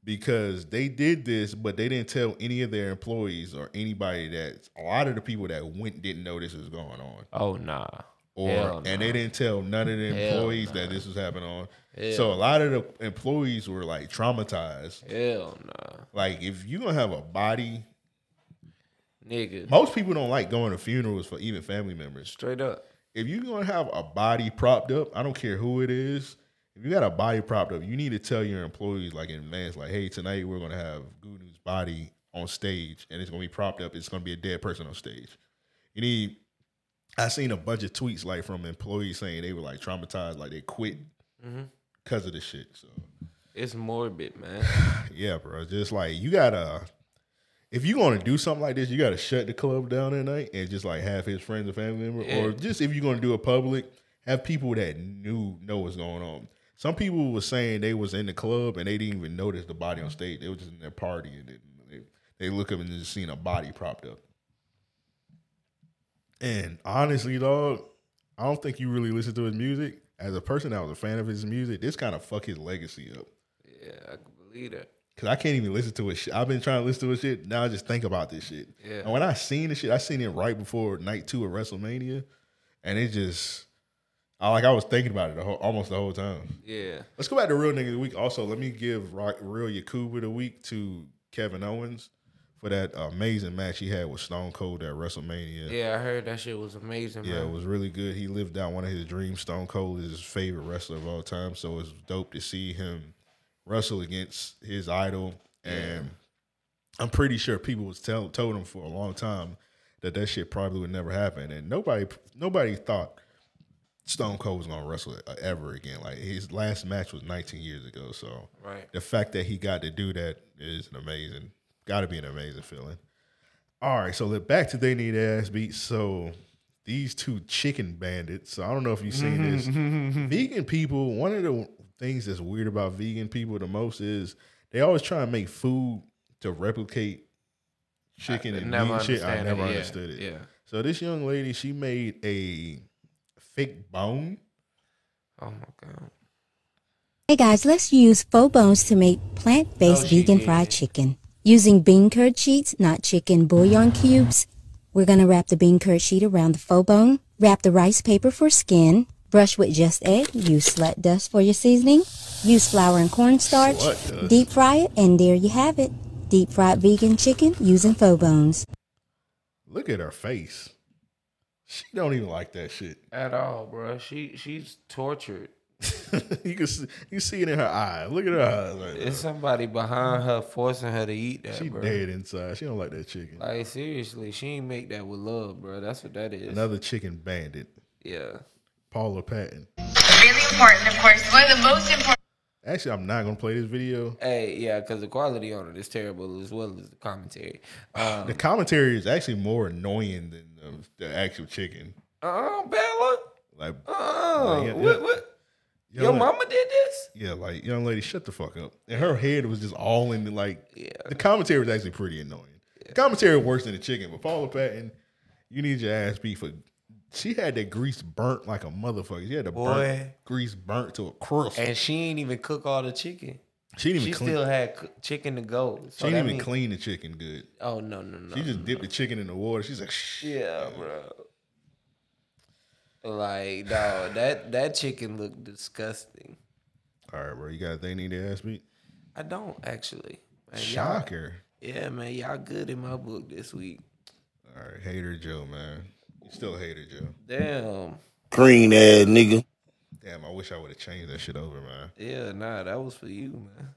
[SPEAKER 6] because they did this, but they didn't tell any of their employees or anybody that a lot of the people that went didn't know this was going on,
[SPEAKER 5] Oh nah,
[SPEAKER 6] or
[SPEAKER 5] Hell
[SPEAKER 6] and
[SPEAKER 5] nah.
[SPEAKER 6] they didn't tell none of the
[SPEAKER 5] Hell
[SPEAKER 6] employees that this was happening on. So a lot of the employees were like traumatized.
[SPEAKER 5] hell nah,
[SPEAKER 6] Like if you gonna have a body,
[SPEAKER 5] nigga,
[SPEAKER 6] most people don't like going to funerals for even family members.
[SPEAKER 5] straight up.
[SPEAKER 6] if you're gonna have a body propped up, I don't care who it is. If you got a body propped up, you need to tell your employees like in advance, like, hey, tonight we're gonna have Gunu's body on stage, and it's gonna be propped up. It's gonna be a dead person on stage. You need. I seen a bunch of tweets like from employees saying they were like traumatized, like they quit because of this shit. So
[SPEAKER 5] It's morbid, man.
[SPEAKER 6] yeah, bro, just like you gotta. If you're gonna do something like this, you gotta shut the club down at night and just like have his friends and family members, or
[SPEAKER 5] Yeah.
[SPEAKER 6] just if you're gonna do it public, have people that knew know what's going on. Some people were saying they was in the club and they didn't even notice the body on stage. They was just in their party and they, they, they look up and just seen a body propped up. And honestly, dog, I don't think you really listen to his music. As a person that was a fan of his music, this kind of fuck his legacy up.
[SPEAKER 5] yeah, I can believe that.
[SPEAKER 6] Cause I can't even listen to his shit. I've been trying to listen to his shit. Now I just think about this shit.
[SPEAKER 5] Yeah.
[SPEAKER 6] And when I seen this shit, I seen it right before night two of WrestleMania, and it just, I like I was thinking about it the whole, almost the whole time.
[SPEAKER 5] Yeah,
[SPEAKER 6] Let's go back to real nigga of the week. Also, let me give Rock, real Yakuba of the week to Kevin Owens for that amazing match he had with Stone Cold at WrestleMania.
[SPEAKER 5] yeah. I heard that shit was amazing,
[SPEAKER 6] Yeah,
[SPEAKER 5] man.
[SPEAKER 6] it was really good. He lived out one of his dreams. Stone Cold is his favorite wrestler of all time, so it's dope to see him wrestle against his idol. And I'm pretty sure people was tell, told him for a long time that that shit probably would never happen, and nobody nobody thought Stone Cold was gonna wrestle uh, ever again. Like his last match was 19 years ago, so
[SPEAKER 5] right.
[SPEAKER 6] the fact that he got to do that is an amazing, got to be an amazing feeling. All right, so let back to they need ass beat. So these two chicken bandits. So I don't know if you've
[SPEAKER 5] Mm-hmm,
[SPEAKER 6] seen this. vegan people. One of the things that's weird about vegan people the most is they always try and make food to replicate chicken
[SPEAKER 5] I
[SPEAKER 6] and
[SPEAKER 5] never
[SPEAKER 6] meat shit. I
[SPEAKER 5] understand it.
[SPEAKER 6] never
[SPEAKER 5] Yeah,
[SPEAKER 6] understood it.
[SPEAKER 5] yeah.
[SPEAKER 6] So this young lady, she made a fake bone.
[SPEAKER 5] Oh my god.
[SPEAKER 10] Hey guys, let's use faux bones to make plant-based
[SPEAKER 5] Oh, she
[SPEAKER 10] vegan
[SPEAKER 5] did.
[SPEAKER 10] fried chicken. Using bean curd sheets, not chicken bouillon cubes. We're gonna wrap the bean curd sheet around the faux bone, wrap the rice paper for skin, Brush with just egg. Use slut dust for your seasoning. Use flour and cornstarch.
[SPEAKER 6] Slut dust.
[SPEAKER 10] Deep fry it, and there you have it. Deep fried vegan chicken using faux bones.
[SPEAKER 6] Look at her face. She don't even like that shit.
[SPEAKER 5] At all, bro. She she's tortured.
[SPEAKER 6] you can see, you see it in her eye. Look at her eyes. Like,
[SPEAKER 5] It's somebody behind her forcing her to eat that,
[SPEAKER 6] she
[SPEAKER 5] bro.
[SPEAKER 6] dead inside. She don't like that chicken.
[SPEAKER 5] Like seriously, she ain't make that with love, bro. That's what that is.
[SPEAKER 6] Another chicken bandit,
[SPEAKER 5] yeah.
[SPEAKER 6] Paula Patton.
[SPEAKER 11] Really important, of course. One of the most important.
[SPEAKER 6] Actually, I'm not gonna play this video.
[SPEAKER 5] Hey, yeah, because the quality on it is terrible as well as the commentary. Um,
[SPEAKER 6] The commentary is actually more annoying than the, the actual chicken.
[SPEAKER 5] oh, Bella.
[SPEAKER 6] Like,
[SPEAKER 5] Oh,
[SPEAKER 6] yeah,
[SPEAKER 5] what,
[SPEAKER 6] yeah.
[SPEAKER 5] what?
[SPEAKER 6] young
[SPEAKER 5] Your
[SPEAKER 6] la-
[SPEAKER 5] mama did this?
[SPEAKER 6] Yeah, like young lady, shut the fuck up. And her head was just all in the like.
[SPEAKER 5] Yeah.
[SPEAKER 6] The commentary was actually pretty annoying. The commentary worse than the chicken, but Paula Patton, you need your ass beat for. She had that grease burnt like a motherfucker. She had the burnt,
[SPEAKER 5] Boy.
[SPEAKER 6] grease burnt to a crust.
[SPEAKER 5] And she ain't even cook all the chicken.
[SPEAKER 6] she didn't even
[SPEAKER 5] She
[SPEAKER 6] clean.
[SPEAKER 5] still had c- chicken to go.
[SPEAKER 6] she
[SPEAKER 5] So
[SPEAKER 6] didn't
[SPEAKER 5] that
[SPEAKER 6] even
[SPEAKER 5] mean-
[SPEAKER 6] clean the chicken good.
[SPEAKER 5] Oh no no no.
[SPEAKER 6] She just dipped the chicken in the water. She's like, Shh.
[SPEAKER 5] Yeah, bro. Like, dog, that that chicken looked disgusting.
[SPEAKER 6] All right, bro. You got a thing? Need their ass beat?
[SPEAKER 5] I don't actually. Man, y'all-
[SPEAKER 6] Shocker.
[SPEAKER 5] Yeah, man, y'all good in my book this week.
[SPEAKER 6] All right, hater Joe, man. You still a hater Joe.
[SPEAKER 5] Damn.
[SPEAKER 3] Green ass nigga.
[SPEAKER 6] Damn, I wish I would have changed that shit over, man.
[SPEAKER 5] Yeah, nah, that was for you, man.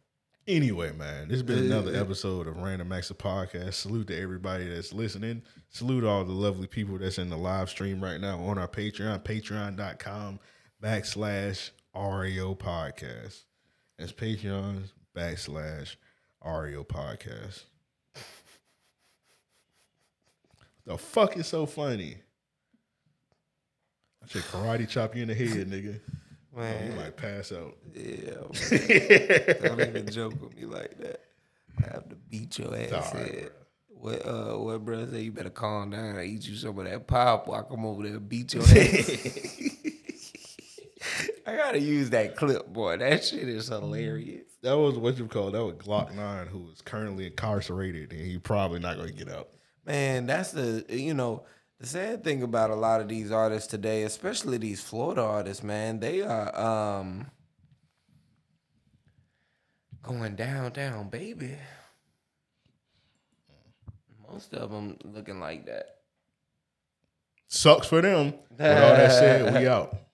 [SPEAKER 6] Anyway, man, this has been another episode of Random Acts of Podcast. Salute to everybody that's listening. Salute all the lovely people that's in the live stream right now on our Patreon, patreon.com backslash REO podcast. That's Patreon backslash REO podcast. The fuck is so funny? I should karate chop you in the head, nigga. Oh, you
[SPEAKER 5] Man,
[SPEAKER 6] might pass out.
[SPEAKER 5] yeah. Man. Don't even joke with me like that. I have to beat your ass.
[SPEAKER 6] all right,
[SPEAKER 5] head. What uh what bro say you better calm down. I eat you some of that pop while I come over there and beat your ass. I gotta use that clip, boy. That shit is hilarious.
[SPEAKER 6] That was what you call that was Glock Nine, who is currently incarcerated, and he probably not going to get out.
[SPEAKER 5] Man, that's the you know the sad thing about a lot of these artists today, especially these Florida artists, man, they are um going down, down, baby. Most of them looking like that.
[SPEAKER 6] Sucks for them. With all that said, we out.